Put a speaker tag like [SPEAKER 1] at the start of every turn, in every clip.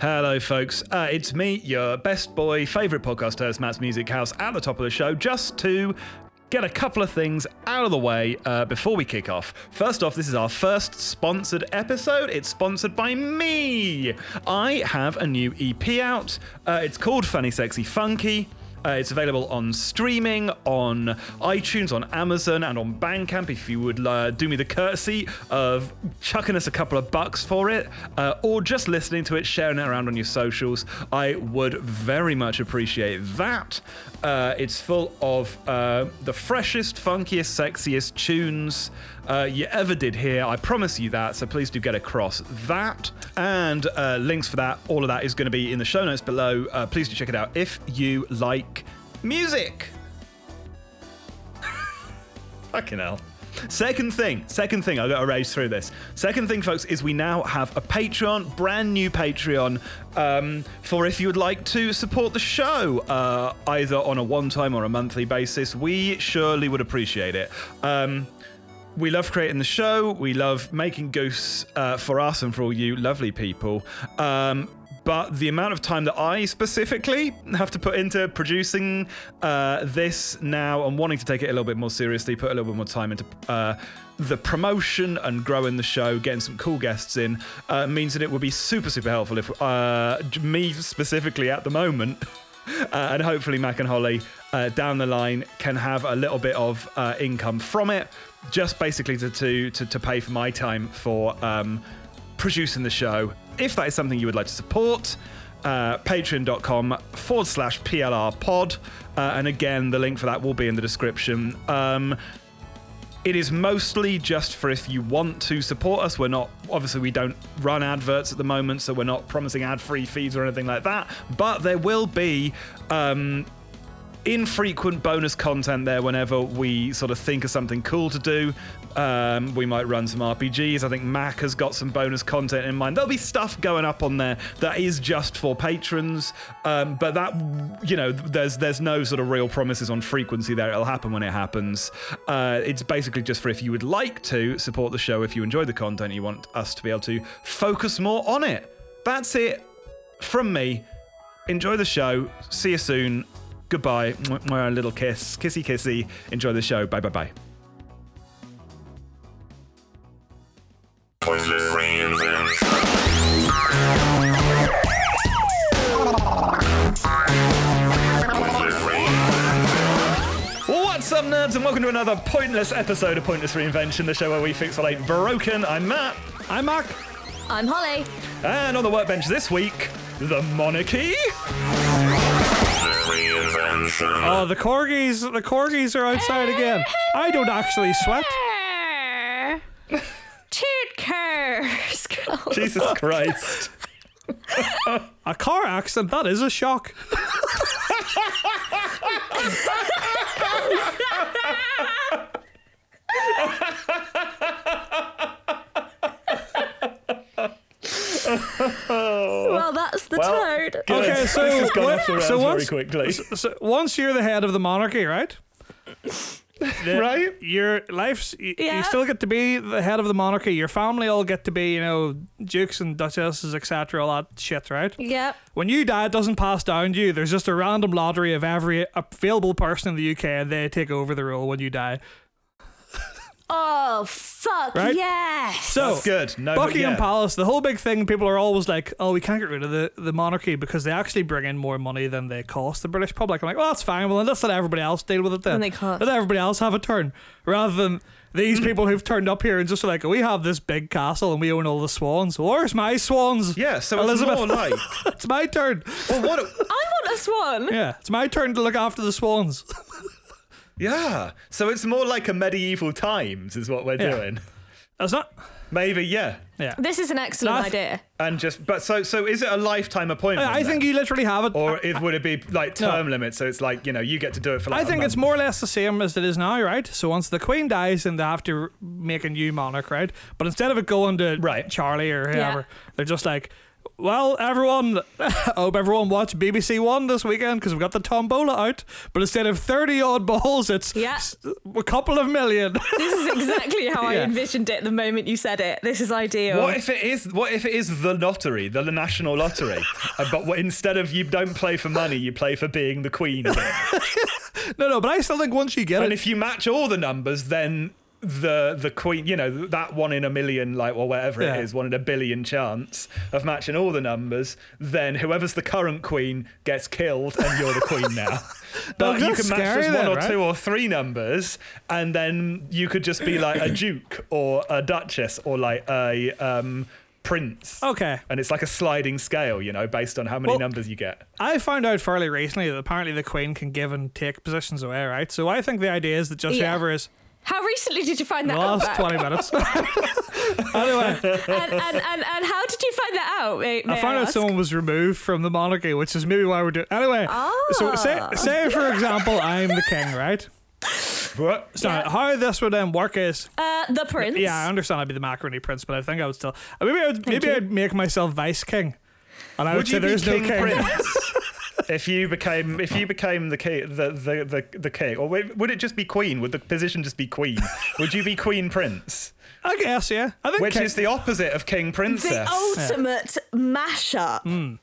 [SPEAKER 1] Hello, folks. Uh, it's me, your best boy, favourite podcast host, Matt's Music House, at the top of the show, just to get a couple of things out of the way uh, before we kick off. First off, this is our first sponsored episode. It's sponsored by me. I have a new EP out. Uh, it's called Funny Sexy Funky. Uh, it's available on streaming, on iTunes, on Amazon, and on Bandcamp. If you would uh, do me the courtesy of chucking us a couple of bucks for it, uh, or just listening to it, sharing it around on your socials, I would very much appreciate that. Uh, it's full of uh, the freshest, funkiest, sexiest tunes uh, you ever did here. I promise you that. So please do get across that. And uh, links for that, all of that is going to be in the show notes below. Uh, please do check it out if you like music. Fucking hell. Second thing, second thing, I've got to race through this. Second thing, folks, is we now have a Patreon, brand new Patreon, um, for if you would like to support the show, uh, either on a one time or a monthly basis. We surely would appreciate it. Um, we love creating the show. We love making Goose uh, for us and for all you lovely people. Um, but the amount of time that I specifically have to put into producing uh, this now and wanting to take it a little bit more seriously, put a little bit more time into uh, the promotion and growing the show, getting some cool guests in, uh, means that it would be super, super helpful if uh, me specifically at the moment. Uh, and hopefully Mac and Holly uh, down the line can have a little bit of uh, income from it, just basically to to to, to pay for my time for um, producing the show. If that is something you would like to support. Uh, patreon.com forward slash plr pod uh, and again the link for that will be in the description um, it is mostly just for if you want to support us. We're not, obviously, we don't run adverts at the moment, so we're not promising ad free feeds or anything like that. But there will be um, infrequent bonus content there whenever we sort of think of something cool to do. Um, we might run some RPGs. I think Mac has got some bonus content in mind. There'll be stuff going up on there that is just for patrons, um, but that you know, there's there's no sort of real promises on frequency there. It'll happen when it happens. Uh, it's basically just for if you would like to support the show, if you enjoy the content, you want us to be able to focus more on it. That's it from me. Enjoy the show. See you soon. Goodbye. Mwah, mwah, little kiss. Kissy kissy. Enjoy the show. Bye bye bye. What's up, nerds, and welcome to another pointless episode of Pointless Reinvention, the show where we fix what ain't broken. I'm Matt. I'm Mark.
[SPEAKER 2] I'm Holly.
[SPEAKER 1] And on the workbench this week, the monarchy.
[SPEAKER 3] Oh, the corgis! The corgis are outside again. I don't actually sweat.
[SPEAKER 2] Toot curse.
[SPEAKER 1] Jesus Christ.
[SPEAKER 3] A car accident, that is a shock.
[SPEAKER 2] Well, that's the
[SPEAKER 1] Well,
[SPEAKER 2] toad.
[SPEAKER 1] Good.
[SPEAKER 3] Okay, so
[SPEAKER 1] this has gone
[SPEAKER 3] what-
[SPEAKER 1] off the rails
[SPEAKER 3] so
[SPEAKER 1] very
[SPEAKER 3] once-
[SPEAKER 1] quickly,
[SPEAKER 3] So once you're the head of the monarchy, right? The-
[SPEAKER 1] right?
[SPEAKER 3] Your life's you,
[SPEAKER 2] Yeah.
[SPEAKER 3] you still get to be the head of the monarchy. Your family all get to be, you know, dukes and duchesses, etc. All that shit, right?
[SPEAKER 2] Yep.
[SPEAKER 3] When you die, it doesn't pass down to you. There's just a random lottery of every available person in the UK, and they take over the role when you die.
[SPEAKER 2] Oh fuck
[SPEAKER 3] Right?
[SPEAKER 2] yes.
[SPEAKER 3] So
[SPEAKER 1] That's good. No, but
[SPEAKER 3] Buckingham
[SPEAKER 1] yeah.
[SPEAKER 3] Palace, the whole big thing, people are always like, oh, we can't get rid of the, the monarchy because they actually bring in more money than they cost the British public. I'm like, well, that's fine. Well, then let's let everybody else deal with it then.
[SPEAKER 2] And they cost-
[SPEAKER 3] Let everybody else have a turn rather than these people who've turned up here and just are like, we have this big castle and we own all the swans. Where's my swans?
[SPEAKER 1] Yeah, so
[SPEAKER 3] Elizabeth.
[SPEAKER 1] it's more like.
[SPEAKER 3] it's my turn.
[SPEAKER 1] Well, what?
[SPEAKER 2] I want a swan.
[SPEAKER 3] Yeah, it's my turn to look after the swans.
[SPEAKER 1] Yeah. So it's more like a medieval times, is what we're
[SPEAKER 3] Yeah.
[SPEAKER 1] doing.
[SPEAKER 3] That's not.
[SPEAKER 1] Maybe, yeah.
[SPEAKER 3] Yeah.
[SPEAKER 2] This is an excellent
[SPEAKER 3] Laugh.
[SPEAKER 2] idea.
[SPEAKER 1] And just, but so, so is it a lifetime appointment?
[SPEAKER 3] I I
[SPEAKER 1] then?
[SPEAKER 3] think you literally have it.
[SPEAKER 1] Or it, would it be like term limit? So it's like, you know, you get to do it for like
[SPEAKER 3] I
[SPEAKER 1] a
[SPEAKER 3] think it's
[SPEAKER 1] month.
[SPEAKER 3] more or less the same as it is now, right? So once the Queen dies, then they have to r- make a new monarch, right? But instead of it going to
[SPEAKER 1] Right.
[SPEAKER 3] Charlie or whoever, they're just like, Well, everyone, I hope everyone watched BBC One this weekend because we've got the tombola out. But instead of 30 odd balls, it's
[SPEAKER 2] Yeah.
[SPEAKER 3] s- a couple of million.
[SPEAKER 2] This is exactly how I
[SPEAKER 3] Yeah.
[SPEAKER 2] envisioned it the moment you said it. This is ideal.
[SPEAKER 1] What if it is? What if it is the lottery, the national lottery? Uh, but what, instead of you don't play for money, you play for being the queen.
[SPEAKER 3] no, no, but I still think once you get
[SPEAKER 1] and
[SPEAKER 3] it,
[SPEAKER 1] if you match all the numbers, then the the queen, you know, that one in a million, like or whatever
[SPEAKER 3] Yeah.
[SPEAKER 1] it is, one in a billion chance of matching all the numbers, then whoever's the current queen gets killed, and you're the queen now. But
[SPEAKER 3] Doug,
[SPEAKER 1] you
[SPEAKER 3] that's
[SPEAKER 1] can match
[SPEAKER 3] scary
[SPEAKER 1] just one
[SPEAKER 3] then,
[SPEAKER 1] or
[SPEAKER 3] right?
[SPEAKER 1] two or three numbers, and then you could just be like a duke or a duchess or like a um, prince.
[SPEAKER 3] okay.
[SPEAKER 1] And it's like a sliding scale, you know, based on how many
[SPEAKER 3] Oh. Well-
[SPEAKER 1] numbers you get.
[SPEAKER 3] I found out fairly recently that apparently the Queen can give and take positions away, right? So I think the idea is that just
[SPEAKER 2] Yeah.
[SPEAKER 3] whoever is
[SPEAKER 2] how recently did you find
[SPEAKER 3] the
[SPEAKER 2] that out?
[SPEAKER 3] last
[SPEAKER 2] Matt?
[SPEAKER 3] 20 minutes. anyway,
[SPEAKER 2] And, and, and, and how did you find that out? May, may
[SPEAKER 3] I found out
[SPEAKER 2] ask?
[SPEAKER 3] someone was removed from the monarchy, which is maybe why we're doing. Anyway, so say,
[SPEAKER 2] Ah.
[SPEAKER 3] say for example, I'm the king, right?
[SPEAKER 1] What?
[SPEAKER 3] So how this would then work is,
[SPEAKER 2] Uh, the prince.
[SPEAKER 3] yeah, I understand I'd be the macaroni prince, but I think I would still uh, maybe I would, maybe
[SPEAKER 2] you.
[SPEAKER 3] I'd make myself vice king, and I would,
[SPEAKER 1] Would
[SPEAKER 3] say
[SPEAKER 1] you be
[SPEAKER 3] there's
[SPEAKER 1] king
[SPEAKER 3] no king.
[SPEAKER 1] prince? if you became if you became the king the, the, the, the king or would would it just be queen would the position just be queen would you be queen prince
[SPEAKER 3] I guess, yeah. I think
[SPEAKER 1] which
[SPEAKER 3] king-
[SPEAKER 1] is the opposite of king
[SPEAKER 2] the
[SPEAKER 1] princess
[SPEAKER 2] ultimate mashup.
[SPEAKER 3] Hmm.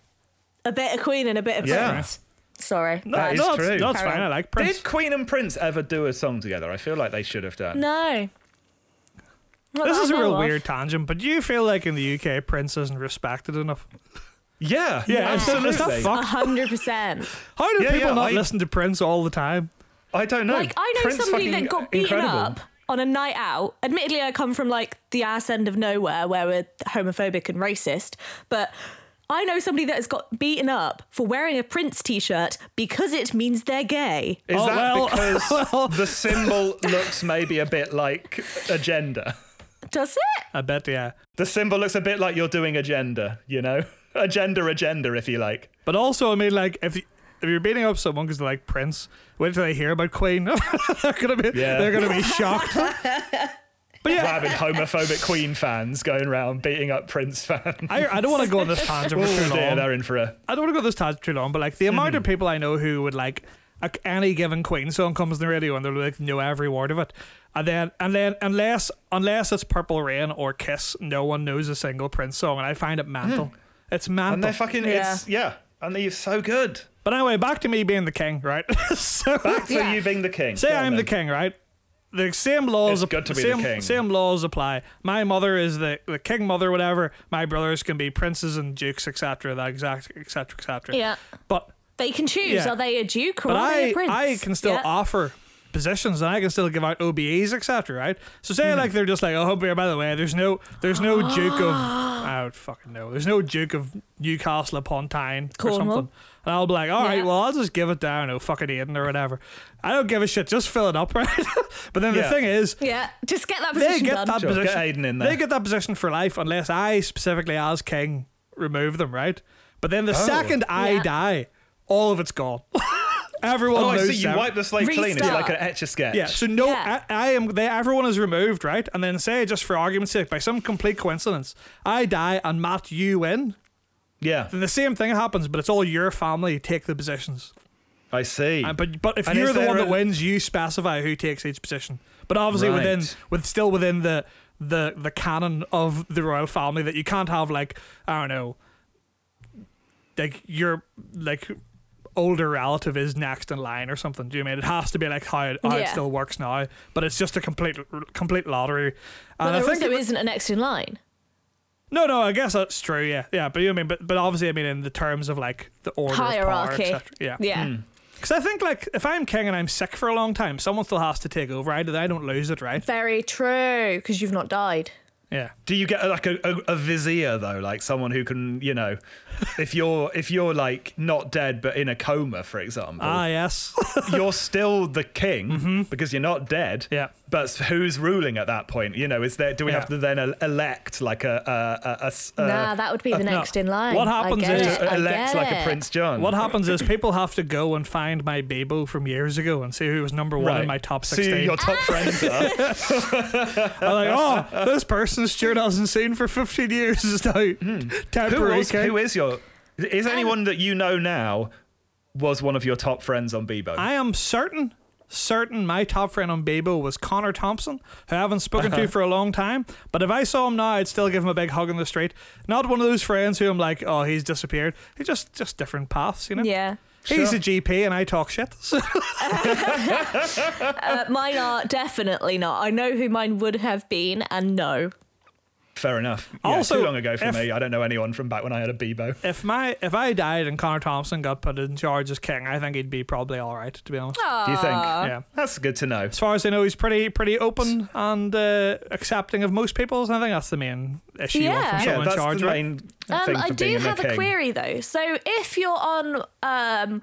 [SPEAKER 2] A bit of queen and a bit of
[SPEAKER 1] Yeah.
[SPEAKER 2] prince. Sorry.
[SPEAKER 3] no,
[SPEAKER 1] That is
[SPEAKER 3] no, it's-
[SPEAKER 1] true.
[SPEAKER 3] no, it's
[SPEAKER 2] Carry
[SPEAKER 3] uh, fine.
[SPEAKER 2] on.
[SPEAKER 3] I like
[SPEAKER 1] did
[SPEAKER 3] prince.
[SPEAKER 1] queen and prince ever do a song together i feel like they should have done
[SPEAKER 2] No. Not
[SPEAKER 3] This
[SPEAKER 2] that
[SPEAKER 3] is
[SPEAKER 2] I
[SPEAKER 3] a
[SPEAKER 2] know
[SPEAKER 3] real
[SPEAKER 2] of.
[SPEAKER 3] weird tangent, but do you feel like in the UK Prince isn't respected enough?
[SPEAKER 1] yeah
[SPEAKER 3] Yeah, it's not- it's not
[SPEAKER 1] absolutely
[SPEAKER 3] fuck-
[SPEAKER 2] A hundred percent.
[SPEAKER 3] How do
[SPEAKER 1] Yeah,
[SPEAKER 3] people
[SPEAKER 1] yeah,
[SPEAKER 3] not
[SPEAKER 1] I-
[SPEAKER 3] listen to Prince all the time?
[SPEAKER 1] i don't know
[SPEAKER 2] Like I know
[SPEAKER 1] Prince
[SPEAKER 2] somebody
[SPEAKER 1] fucking
[SPEAKER 2] that got beaten
[SPEAKER 1] incredible.
[SPEAKER 2] up on a night out. Admittedly, I come from like the ass end of nowhere where we're homophobic and racist, but. I know somebody that has got beaten up for wearing a Prince t-shirt because it means they're gay.
[SPEAKER 1] is
[SPEAKER 3] Oh,
[SPEAKER 1] that
[SPEAKER 3] well-
[SPEAKER 1] because
[SPEAKER 3] well-
[SPEAKER 1] the symbol looks maybe a bit like agenda
[SPEAKER 2] Does it?
[SPEAKER 3] I bet, yeah.
[SPEAKER 1] the symbol looks a bit like you're doing agenda you know agenda agenda if you like
[SPEAKER 3] But also, I mean, like if. You, if you're beating up someone because they like Prince, wait till they hear about Queen. they're gonna be,
[SPEAKER 1] Yeah.
[SPEAKER 3] they're gonna be shocked. but yeah,
[SPEAKER 1] rabid homophobic Queen fans going around beating up Prince fans.
[SPEAKER 3] I, I don't want to go on this tangent for
[SPEAKER 1] Oh
[SPEAKER 3] too
[SPEAKER 1] dear,
[SPEAKER 3] long.
[SPEAKER 1] they're in for a.
[SPEAKER 3] I don't want to go on this tangent too long, but like
[SPEAKER 1] Mm-hmm.
[SPEAKER 3] the amount of people I know who would like a, any given Queen song comes on the radio and they'll like know every word of it, and then and then unless unless it's Purple Rain or Kiss, no one knows a single Prince song, and I find it mental. It's
[SPEAKER 1] Mm-hmm. And
[SPEAKER 3] mental.
[SPEAKER 1] they're fucking. It's yeah, and they're so good.
[SPEAKER 3] but anyway, back to me being the king, right? so
[SPEAKER 1] Back to
[SPEAKER 2] Yeah.
[SPEAKER 1] you being the king.
[SPEAKER 3] say
[SPEAKER 1] Go on
[SPEAKER 3] I'm the
[SPEAKER 1] then.
[SPEAKER 3] king, right? The same laws.
[SPEAKER 1] It's good to be the
[SPEAKER 3] same,
[SPEAKER 1] king.
[SPEAKER 3] Same laws apply. My mother is the, the king mother, whatever. My brothers can be princes and dukes, etc. That exact, etc., etc.
[SPEAKER 2] Yeah.
[SPEAKER 3] But
[SPEAKER 2] They can choose.
[SPEAKER 3] Yeah.
[SPEAKER 2] Are they a duke or
[SPEAKER 3] but
[SPEAKER 2] are they
[SPEAKER 3] I
[SPEAKER 2] a prince?
[SPEAKER 3] I can still
[SPEAKER 2] Yeah.
[SPEAKER 3] offer positions and I can still give out OBEs etc. Right? So say
[SPEAKER 2] Hmm.
[SPEAKER 3] like they're just like oh Hope by the way there's no there's no Duke of I don't fucking know there's no Duke of Newcastle upon Tyne or
[SPEAKER 2] Cornwall.
[SPEAKER 3] something and I'll be like all right
[SPEAKER 2] Yeah.
[SPEAKER 3] well I'll just give it down oh fucking Aiden or whatever I don't give a shit just fill it up right but then the
[SPEAKER 1] Yeah.
[SPEAKER 3] thing is
[SPEAKER 2] Yeah. Just get that
[SPEAKER 3] they
[SPEAKER 2] position
[SPEAKER 3] get
[SPEAKER 2] done.
[SPEAKER 3] that
[SPEAKER 1] Sure, get
[SPEAKER 3] position
[SPEAKER 1] Aiden in there.
[SPEAKER 3] they get that position for life unless I specifically as king remove them right but then the
[SPEAKER 1] Oh.
[SPEAKER 3] second I
[SPEAKER 2] Yeah.
[SPEAKER 3] die all of it's gone. Everyone
[SPEAKER 1] Oh, I
[SPEAKER 3] knows
[SPEAKER 1] see. You
[SPEAKER 3] them.
[SPEAKER 1] wipe the slate clean. It's
[SPEAKER 2] Restart.
[SPEAKER 1] like an etch a sketch.
[SPEAKER 3] Yeah. So no,
[SPEAKER 2] Yeah.
[SPEAKER 3] I, I am. They, everyone is removed, right? And then say, just for argument's sake, by some complete coincidence, I die and Matt, you win.
[SPEAKER 1] yeah.
[SPEAKER 3] Then the same thing happens, but it's all your family take the positions.
[SPEAKER 1] I see.
[SPEAKER 3] And, but but if
[SPEAKER 1] And
[SPEAKER 3] you're
[SPEAKER 1] is
[SPEAKER 3] the one
[SPEAKER 1] there a-
[SPEAKER 3] that wins, you specify who takes each position. But obviously
[SPEAKER 1] Right.
[SPEAKER 3] within with still within the the the canon of the royal family that you can't have like I don't know, like your like older relative is next in line or something. Do you mean it has to be like how it, how it
[SPEAKER 2] Yeah.
[SPEAKER 3] still works now? But it's just a complete complete lottery.
[SPEAKER 2] But
[SPEAKER 3] And I
[SPEAKER 2] there
[SPEAKER 3] think
[SPEAKER 2] also
[SPEAKER 3] it-
[SPEAKER 2] isn't an next in line.
[SPEAKER 3] no, no, I guess that's true. Yeah, yeah. But you know what I mean, but but obviously I mean in the terms of like the order of power,
[SPEAKER 2] Hierarchy.
[SPEAKER 3] etc. Yeah. Hmm.
[SPEAKER 2] Yeah.
[SPEAKER 3] Because I think, like, if I'm king and I'm sick for a long time, someone still has to take over. I, I don't lose it, right?
[SPEAKER 2] Very true. Because you've not died.
[SPEAKER 3] Yeah.
[SPEAKER 1] Do you get like a, a, a vizier though, like someone who can, you know, if you're if you're like not dead but in a coma, for example,
[SPEAKER 3] Ah, yes.
[SPEAKER 1] you're still the king because you're not dead.
[SPEAKER 3] Mm-hmm. Yeah.
[SPEAKER 1] But who's ruling at that point? You know, is there? Do we
[SPEAKER 3] Yeah.
[SPEAKER 1] have to then el- elect like a a- a, a s- a-
[SPEAKER 2] nah, that would
[SPEAKER 1] uh,
[SPEAKER 2] be the
[SPEAKER 3] no.
[SPEAKER 2] next in line.
[SPEAKER 3] What
[SPEAKER 2] I
[SPEAKER 3] happens
[SPEAKER 2] get
[SPEAKER 3] is
[SPEAKER 2] it, I
[SPEAKER 1] elect
[SPEAKER 2] get
[SPEAKER 1] like a
[SPEAKER 2] it.
[SPEAKER 1] Prince John?
[SPEAKER 3] what happens is people have to go and find my Bebo from years ago and see who was number one in my top
[SPEAKER 1] See
[SPEAKER 2] Ah.
[SPEAKER 1] who
[SPEAKER 3] 16.
[SPEAKER 1] your top friends are.
[SPEAKER 3] I'm like, oh, this person person Stuart hasn't seen for 15 years is now
[SPEAKER 1] Hmm. Who,
[SPEAKER 3] temporary
[SPEAKER 1] was,
[SPEAKER 3] king.
[SPEAKER 1] who is your?
[SPEAKER 2] Um,
[SPEAKER 1] Is anyone that you know now was one of your top friends on Bebo?
[SPEAKER 3] I am certain, certain my top friend on Bebo was Connor Thompson, who I haven't spoken to for a long time. But if I saw him now, I'd still give him a big hug in the street. Not one of those friends who I'm like, oh, he's disappeared. He's just just different paths, you know.
[SPEAKER 2] Yeah.
[SPEAKER 3] He's a GP and I talk shit. So
[SPEAKER 2] Uh, mine are definitely not. I know who mine would have been, and no.
[SPEAKER 1] Fair enough. Yeah,
[SPEAKER 3] Also,
[SPEAKER 1] too long ago for
[SPEAKER 3] if-
[SPEAKER 1] me. I don't know anyone from back when I had a Bebo.
[SPEAKER 3] if my if I died and Connor Thompson got put in charge as king, I think he'd be probably all right. To be honest.
[SPEAKER 1] Do you think?
[SPEAKER 3] Yeah.
[SPEAKER 1] That's good to know.
[SPEAKER 3] As far as I know, he's pretty pretty open and uh, accepting of most people. So I think that's the main issue you want
[SPEAKER 2] Yeah.
[SPEAKER 3] from
[SPEAKER 1] Yeah,
[SPEAKER 3] someone in
[SPEAKER 1] that's
[SPEAKER 3] charge.
[SPEAKER 1] the
[SPEAKER 3] right?
[SPEAKER 1] main
[SPEAKER 2] Um,
[SPEAKER 1] thing
[SPEAKER 2] I
[SPEAKER 1] for
[SPEAKER 2] do
[SPEAKER 1] being
[SPEAKER 2] have
[SPEAKER 1] king.
[SPEAKER 2] a query though. So if you're on, um,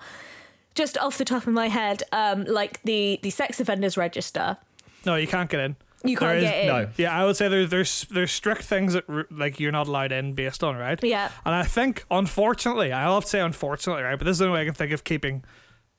[SPEAKER 2] just off the top of my head, um, like the the sex offenders register,
[SPEAKER 3] No, you can't get in.
[SPEAKER 2] you can't
[SPEAKER 3] There is-
[SPEAKER 2] get in.
[SPEAKER 1] no.
[SPEAKER 3] Yeah, I would say there's there's there's strict things that r- like you're not allowed in based on right.
[SPEAKER 2] Yeah.
[SPEAKER 3] And I think unfortunately, I'll have to say unfortunately right, but this is the only way I can think of keeping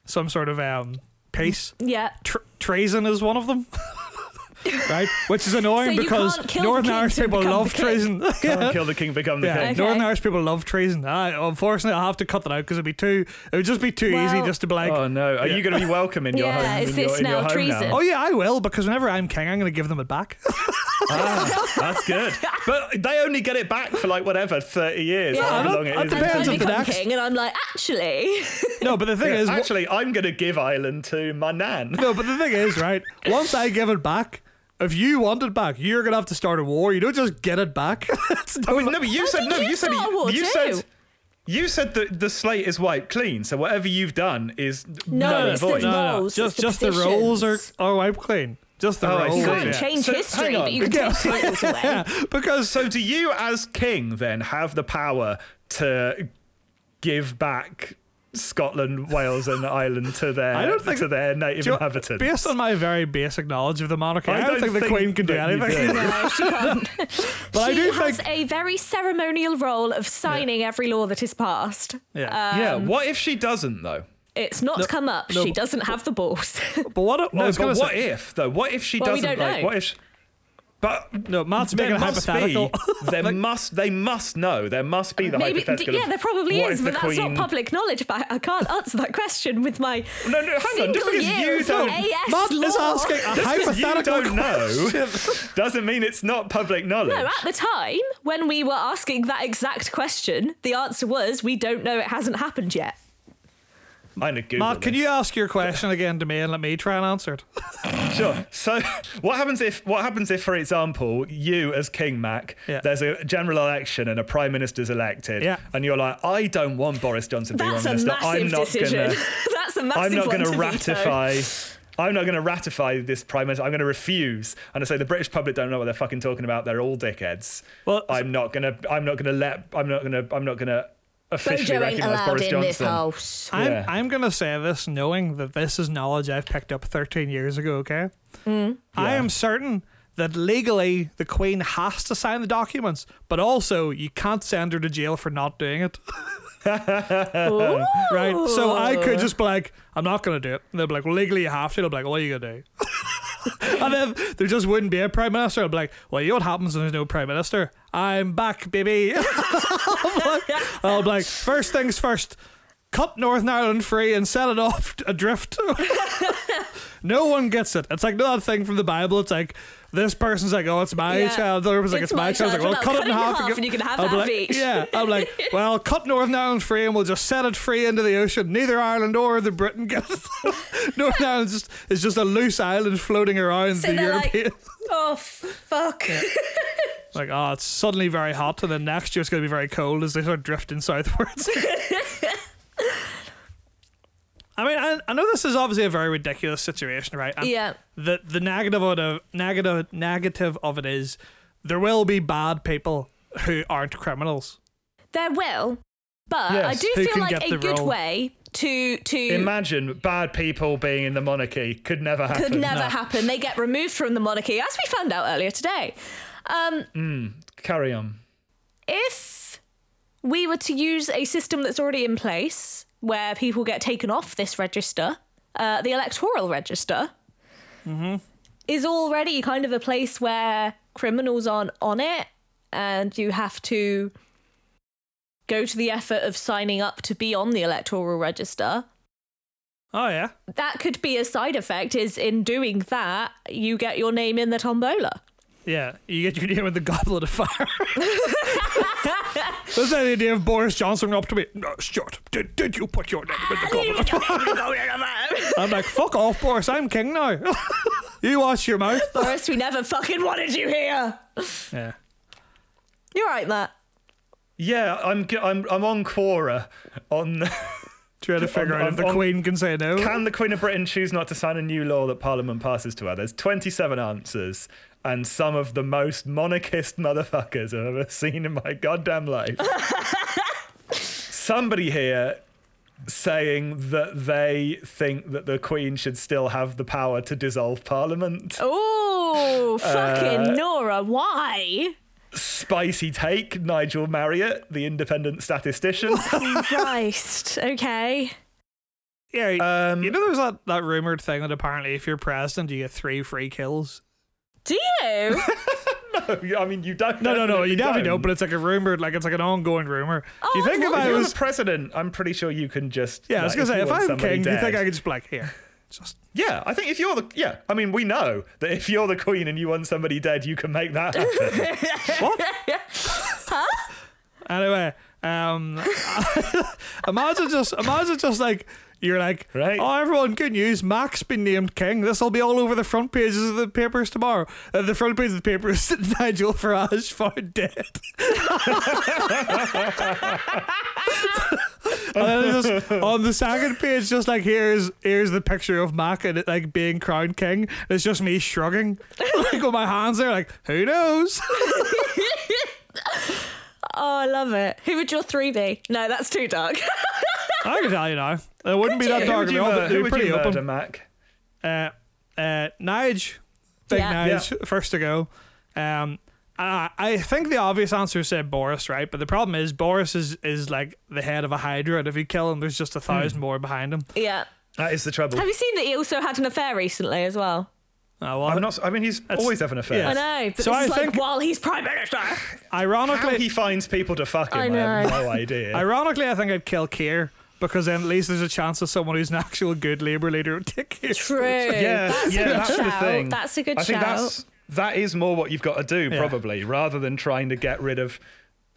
[SPEAKER 3] some sort of um peace.
[SPEAKER 2] Yeah.
[SPEAKER 3] Tr treason is one of them. right, which is annoying
[SPEAKER 2] So you
[SPEAKER 3] because
[SPEAKER 2] can't kill the
[SPEAKER 3] Northern
[SPEAKER 2] king
[SPEAKER 3] Irish
[SPEAKER 2] to
[SPEAKER 3] people
[SPEAKER 2] become
[SPEAKER 3] love
[SPEAKER 2] the king.
[SPEAKER 3] treason.
[SPEAKER 1] Can't kill the king, become the
[SPEAKER 3] Yeah,
[SPEAKER 1] king.
[SPEAKER 2] Okay.
[SPEAKER 3] Northern Irish people love treason. I, unfortunately, I'll have to cut that out because it'd be too. It would just be too easy
[SPEAKER 2] Well-
[SPEAKER 3] just to be like,
[SPEAKER 1] Oh no! Are you going to be welcome in your
[SPEAKER 2] Yeah,
[SPEAKER 1] home?
[SPEAKER 2] is
[SPEAKER 1] in
[SPEAKER 2] this
[SPEAKER 1] your, in your
[SPEAKER 2] now
[SPEAKER 1] home
[SPEAKER 2] treason?
[SPEAKER 1] now?
[SPEAKER 3] oh yeah, I will because whenever I'm king, I'm going to give them it back.
[SPEAKER 1] Ah, that's good. But they only get it back for like whatever thirty years,
[SPEAKER 2] Yeah.
[SPEAKER 1] however long
[SPEAKER 3] I
[SPEAKER 1] Uh-huh. it
[SPEAKER 3] don't-
[SPEAKER 1] is.
[SPEAKER 3] I
[SPEAKER 2] And
[SPEAKER 3] Depends
[SPEAKER 2] I
[SPEAKER 3] on the
[SPEAKER 2] become
[SPEAKER 3] next-
[SPEAKER 2] king, and I'm like, actually,
[SPEAKER 3] no, but the thing is, wh-
[SPEAKER 1] Actually, I'm going to give Ireland to my nan.
[SPEAKER 3] No, but the thing is, right? Once I give it back, if you want it back, you're gonna have to start a war. You don't just get it back. It's
[SPEAKER 1] I
[SPEAKER 3] no-
[SPEAKER 1] mean, no, but you said
[SPEAKER 2] think
[SPEAKER 1] no.
[SPEAKER 2] you
[SPEAKER 1] You said
[SPEAKER 2] start a war
[SPEAKER 1] you
[SPEAKER 2] too.
[SPEAKER 1] said you said that the slate is wiped clean. So whatever you've done is
[SPEAKER 2] No,
[SPEAKER 1] null and
[SPEAKER 2] it's the
[SPEAKER 1] void.
[SPEAKER 2] no. Roles,
[SPEAKER 3] just
[SPEAKER 2] it's the
[SPEAKER 3] just the rolls are
[SPEAKER 2] positions.
[SPEAKER 3] are wiped clean. Just the
[SPEAKER 1] Oh, I
[SPEAKER 3] rolls.
[SPEAKER 1] see.
[SPEAKER 2] you
[SPEAKER 1] Oh,
[SPEAKER 2] can't
[SPEAKER 1] yeah.
[SPEAKER 2] change
[SPEAKER 1] So,
[SPEAKER 2] history,
[SPEAKER 1] hang on.
[SPEAKER 2] but you can
[SPEAKER 3] Yeah.
[SPEAKER 2] take titles away.
[SPEAKER 3] Yeah, because
[SPEAKER 1] So do you, as king, then have the power to give back Scotland, Wales, and Ireland to their
[SPEAKER 3] I don't think-
[SPEAKER 1] to their native
[SPEAKER 3] do you-
[SPEAKER 1] inhabitants?
[SPEAKER 3] based on my very basic knowledge of the monarchy, I, don't think, the Queen can do
[SPEAKER 1] that you
[SPEAKER 3] anything.
[SPEAKER 1] do.
[SPEAKER 2] No, she can't.
[SPEAKER 3] But I
[SPEAKER 2] she
[SPEAKER 3] do
[SPEAKER 2] has
[SPEAKER 3] think-
[SPEAKER 2] a very ceremonial role of signing every law that is passed. Uh,
[SPEAKER 3] Yeah.
[SPEAKER 1] yeah. What if she doesn't though?
[SPEAKER 2] It's not come up.
[SPEAKER 3] no,
[SPEAKER 2] she doesn't have the balls.
[SPEAKER 3] but what? I- I
[SPEAKER 1] No,
[SPEAKER 3] was gonna
[SPEAKER 1] but what
[SPEAKER 3] say,
[SPEAKER 1] if though? What if she
[SPEAKER 2] Well, we
[SPEAKER 1] doesn't?
[SPEAKER 2] don't
[SPEAKER 1] like,
[SPEAKER 2] know.
[SPEAKER 1] What if? She, but
[SPEAKER 3] No, Matt's making
[SPEAKER 1] there
[SPEAKER 3] a
[SPEAKER 1] must
[SPEAKER 3] hypothetical.
[SPEAKER 1] Be, there must. They must know. There must be the
[SPEAKER 2] Maybe, d-
[SPEAKER 1] hypothetical.
[SPEAKER 2] yeah,
[SPEAKER 1] of
[SPEAKER 2] there probably
[SPEAKER 1] what
[SPEAKER 2] is,
[SPEAKER 1] if
[SPEAKER 2] but
[SPEAKER 1] the
[SPEAKER 2] that's
[SPEAKER 1] queen,
[SPEAKER 2] not public knowledge. About I can't answer that question with my
[SPEAKER 1] No, no, hang on.
[SPEAKER 2] single
[SPEAKER 1] Just because
[SPEAKER 2] year
[SPEAKER 1] you
[SPEAKER 2] of
[SPEAKER 1] don't-
[SPEAKER 2] AS
[SPEAKER 3] Matt is
[SPEAKER 2] law.
[SPEAKER 3] asking a
[SPEAKER 1] Just 'cause you
[SPEAKER 3] hypothetical
[SPEAKER 1] don't know doesn't mean it's not public knowledge.
[SPEAKER 2] No, at the time when we were asking that exact question, the answer was we don't know. It hasn't happened yet.
[SPEAKER 1] Mine are Google.
[SPEAKER 3] Matt, can
[SPEAKER 1] this.
[SPEAKER 3] you ask your question again to me and let me try and answer it?
[SPEAKER 1] Sure. So, what happens if what happens if, for example, you as King Mac,
[SPEAKER 3] Yeah.
[SPEAKER 1] there's a general election and a prime minister's elected,
[SPEAKER 3] Yeah.
[SPEAKER 1] and you're like, I don't want Boris Johnson to be
[SPEAKER 2] That's
[SPEAKER 1] prime
[SPEAKER 2] a
[SPEAKER 1] minister. I'm
[SPEAKER 2] massive
[SPEAKER 1] not
[SPEAKER 2] decision.
[SPEAKER 1] gonna.
[SPEAKER 2] That's a massive.
[SPEAKER 1] I'm not
[SPEAKER 2] one
[SPEAKER 1] going to
[SPEAKER 2] to veto.
[SPEAKER 1] ratify. I'm not going to ratify this prime minister. I'm going to refuse. And I say the British public don't know what they're fucking talking about. They're all dickheads.
[SPEAKER 3] Well-
[SPEAKER 1] I'm not going to. I'm not going to let. I'm not going to. I'm not going to officially recognise Boris Johnson.
[SPEAKER 2] house.
[SPEAKER 3] I'm,
[SPEAKER 1] Yeah.
[SPEAKER 3] I'm gonna say this knowing that this is knowledge I've picked up 13 years ago. Okay, I am certain that legally the Queen has to sign the documents, but also you can't send her to jail for not doing it. right? So I could just be like, I'm not gonna do it. And they'll be like, well, legally you have to. They'll be like, what are you gonna do? and then there just wouldn't be a prime minister. I'll be like, well, you know what happens when there's no prime minister? I'm back, baby. I'll be like, first things first, cut Northern Ireland free and set it off adrift. no one gets it. It's like that thing from the Bible. It's like this person's like, oh, it's my
[SPEAKER 2] Yeah.
[SPEAKER 3] child. The other person's like, it's,
[SPEAKER 2] It's
[SPEAKER 3] my,
[SPEAKER 2] my
[SPEAKER 3] child. I was
[SPEAKER 2] child.
[SPEAKER 3] like, well,
[SPEAKER 2] Well,
[SPEAKER 3] cut it in half,
[SPEAKER 2] and you can have
[SPEAKER 3] I'll be
[SPEAKER 2] half
[SPEAKER 3] like-
[SPEAKER 2] each.
[SPEAKER 3] Yeah, I'm like, well, cut Northern Ireland free and we'll just set it free into the ocean. Neither Ireland or the Britain gets it. Northern Ireland just is just a loose island floating around
[SPEAKER 2] So
[SPEAKER 3] the
[SPEAKER 2] they're
[SPEAKER 3] European.
[SPEAKER 2] like, oh fuck.
[SPEAKER 3] Like, oh, it's suddenly very hot, and then next year it's going to be very cold as they start drifting southwards. I mean, I, I know this is obviously a very ridiculous situation, right? And
[SPEAKER 2] Yeah.
[SPEAKER 3] The the negative of it, negative negative of it is there will be bad people who aren't criminals.
[SPEAKER 2] There will, but
[SPEAKER 1] Yes,
[SPEAKER 2] I
[SPEAKER 3] who
[SPEAKER 2] do feel
[SPEAKER 3] can
[SPEAKER 2] like
[SPEAKER 3] get
[SPEAKER 2] a
[SPEAKER 3] the
[SPEAKER 2] good
[SPEAKER 3] role?
[SPEAKER 2] way to to
[SPEAKER 1] Imagine bad people being in the monarchy could never happen.
[SPEAKER 2] could never
[SPEAKER 3] no.
[SPEAKER 2] happen. They get removed from the monarchy, as we found out earlier today. Um,
[SPEAKER 1] Carry on.
[SPEAKER 2] if we were to use a system that's already in place, where people get taken off this register, uh, the electoral register, is already kind of a place where criminals aren't on it and you have to go to the effort of signing up to be on the electoral register
[SPEAKER 3] Oh yeah.
[SPEAKER 2] that could be a side effect is in doing that you get your name in the tombola
[SPEAKER 3] Yeah, you get your name in the goblet of fire. That's the idea of Boris Johnson up to me. No, Stuart, did, did you put your name in the goblet of fire? I'm like, fuck off, Boris. I'm king now. you wash your mouth.
[SPEAKER 2] Boris, we never fucking wanted you here.
[SPEAKER 3] Yeah.
[SPEAKER 2] You're right, Matt.
[SPEAKER 1] Yeah, I'm g- I'm I'm on Quora on
[SPEAKER 3] Trying to figure
[SPEAKER 1] On-
[SPEAKER 3] out if
[SPEAKER 1] on-
[SPEAKER 3] the
[SPEAKER 1] on-
[SPEAKER 3] Queen can say no.
[SPEAKER 1] Can the Queen of Britain choose not to sign a new law that Parliament passes to her? There's 27 answers, and some of the most monarchist motherfuckers I've ever seen in my goddamn life. Somebody here saying that they think that the Queen should still have the power to dissolve Parliament.
[SPEAKER 2] Oh, fucking Nora, why?
[SPEAKER 1] Spicy take, Nigel Marriott, the independent statistician.
[SPEAKER 2] Christ. Okay.
[SPEAKER 3] yeah,
[SPEAKER 1] um,
[SPEAKER 3] you know, there's that, that rumored thing that apparently if you're president, you get three free kills.
[SPEAKER 2] Do you?
[SPEAKER 1] I mean, you don't.
[SPEAKER 3] No, no, no. You definitely don't, but it's like a rumored, like it's like an ongoing rumor. Do you
[SPEAKER 2] Oh,
[SPEAKER 3] think if
[SPEAKER 2] well,
[SPEAKER 1] if
[SPEAKER 3] I
[SPEAKER 1] you're
[SPEAKER 3] was
[SPEAKER 1] the president, I'm pretty sure you can just.
[SPEAKER 3] Yeah, I was
[SPEAKER 1] like,
[SPEAKER 3] gonna say,
[SPEAKER 1] you
[SPEAKER 3] if
[SPEAKER 1] want
[SPEAKER 3] I'm
[SPEAKER 1] somebody
[SPEAKER 3] king, do you think
[SPEAKER 1] dead-
[SPEAKER 3] I could just be like, here, just
[SPEAKER 1] Yeah, I think if you're the yeah, I mean we know that if you're the queen and you want somebody dead, you can make that happen.
[SPEAKER 3] anyway? Um, imagine just, imagine just like you're like,
[SPEAKER 1] Right.
[SPEAKER 3] oh, everyone, good news, Mac's been named king. This will be all over the front pages of the papers tomorrow. Uh, the front page of the papers that Nigel Farage found dead. and then it's just on the second page, just like here's here's the picture of Mac and it, like being crowned king. It's just me shrugging, like with my hands there, like who knows.
[SPEAKER 2] Oh, I love it. Who would your three be? No, that's too dark.
[SPEAKER 3] I can tell you now. It wouldn't be
[SPEAKER 2] Could
[SPEAKER 3] that
[SPEAKER 2] you?
[SPEAKER 3] dark
[SPEAKER 1] Who
[SPEAKER 3] at
[SPEAKER 1] would you
[SPEAKER 3] all,
[SPEAKER 1] mur-
[SPEAKER 3] but
[SPEAKER 1] who
[SPEAKER 3] they're
[SPEAKER 1] would
[SPEAKER 3] pretty
[SPEAKER 1] you murder,
[SPEAKER 3] open.
[SPEAKER 1] Mac?
[SPEAKER 3] Uh, uh, Nige, big
[SPEAKER 2] Yeah.
[SPEAKER 3] Nige, first to go. Um, I, I think the obvious answer is say Boris, right? But the problem is Boris is, is like the head of a Hydra, and if you kill him, there's just a thousand
[SPEAKER 1] Hmm.
[SPEAKER 3] more behind him.
[SPEAKER 2] yeah.
[SPEAKER 1] That is the trouble.
[SPEAKER 2] Have you seen that he also had an affair recently as well?
[SPEAKER 3] Oh, well,
[SPEAKER 1] I'm not. I mean, he's always having affairs.
[SPEAKER 3] yeah.
[SPEAKER 2] I know, but
[SPEAKER 3] So
[SPEAKER 2] this
[SPEAKER 3] I
[SPEAKER 2] is
[SPEAKER 3] think-
[SPEAKER 2] like while he's prime minister.
[SPEAKER 1] How
[SPEAKER 3] ironically,
[SPEAKER 1] he finds people to fuck him,
[SPEAKER 2] I
[SPEAKER 1] I, have
[SPEAKER 2] know.
[SPEAKER 1] no idea.
[SPEAKER 3] ironically, I think I'd kill Keir because then at least there's a chance of someone who's an actual good Labour leader would take Keir.
[SPEAKER 2] True.
[SPEAKER 1] yeah,
[SPEAKER 2] that's
[SPEAKER 1] yeah,
[SPEAKER 2] a good
[SPEAKER 1] that's
[SPEAKER 2] shout.
[SPEAKER 1] the thing.
[SPEAKER 2] That's a good
[SPEAKER 1] I think
[SPEAKER 2] shout.
[SPEAKER 1] that's that is more what you've got to do
[SPEAKER 3] Yeah.
[SPEAKER 1] probably, rather than trying to get rid of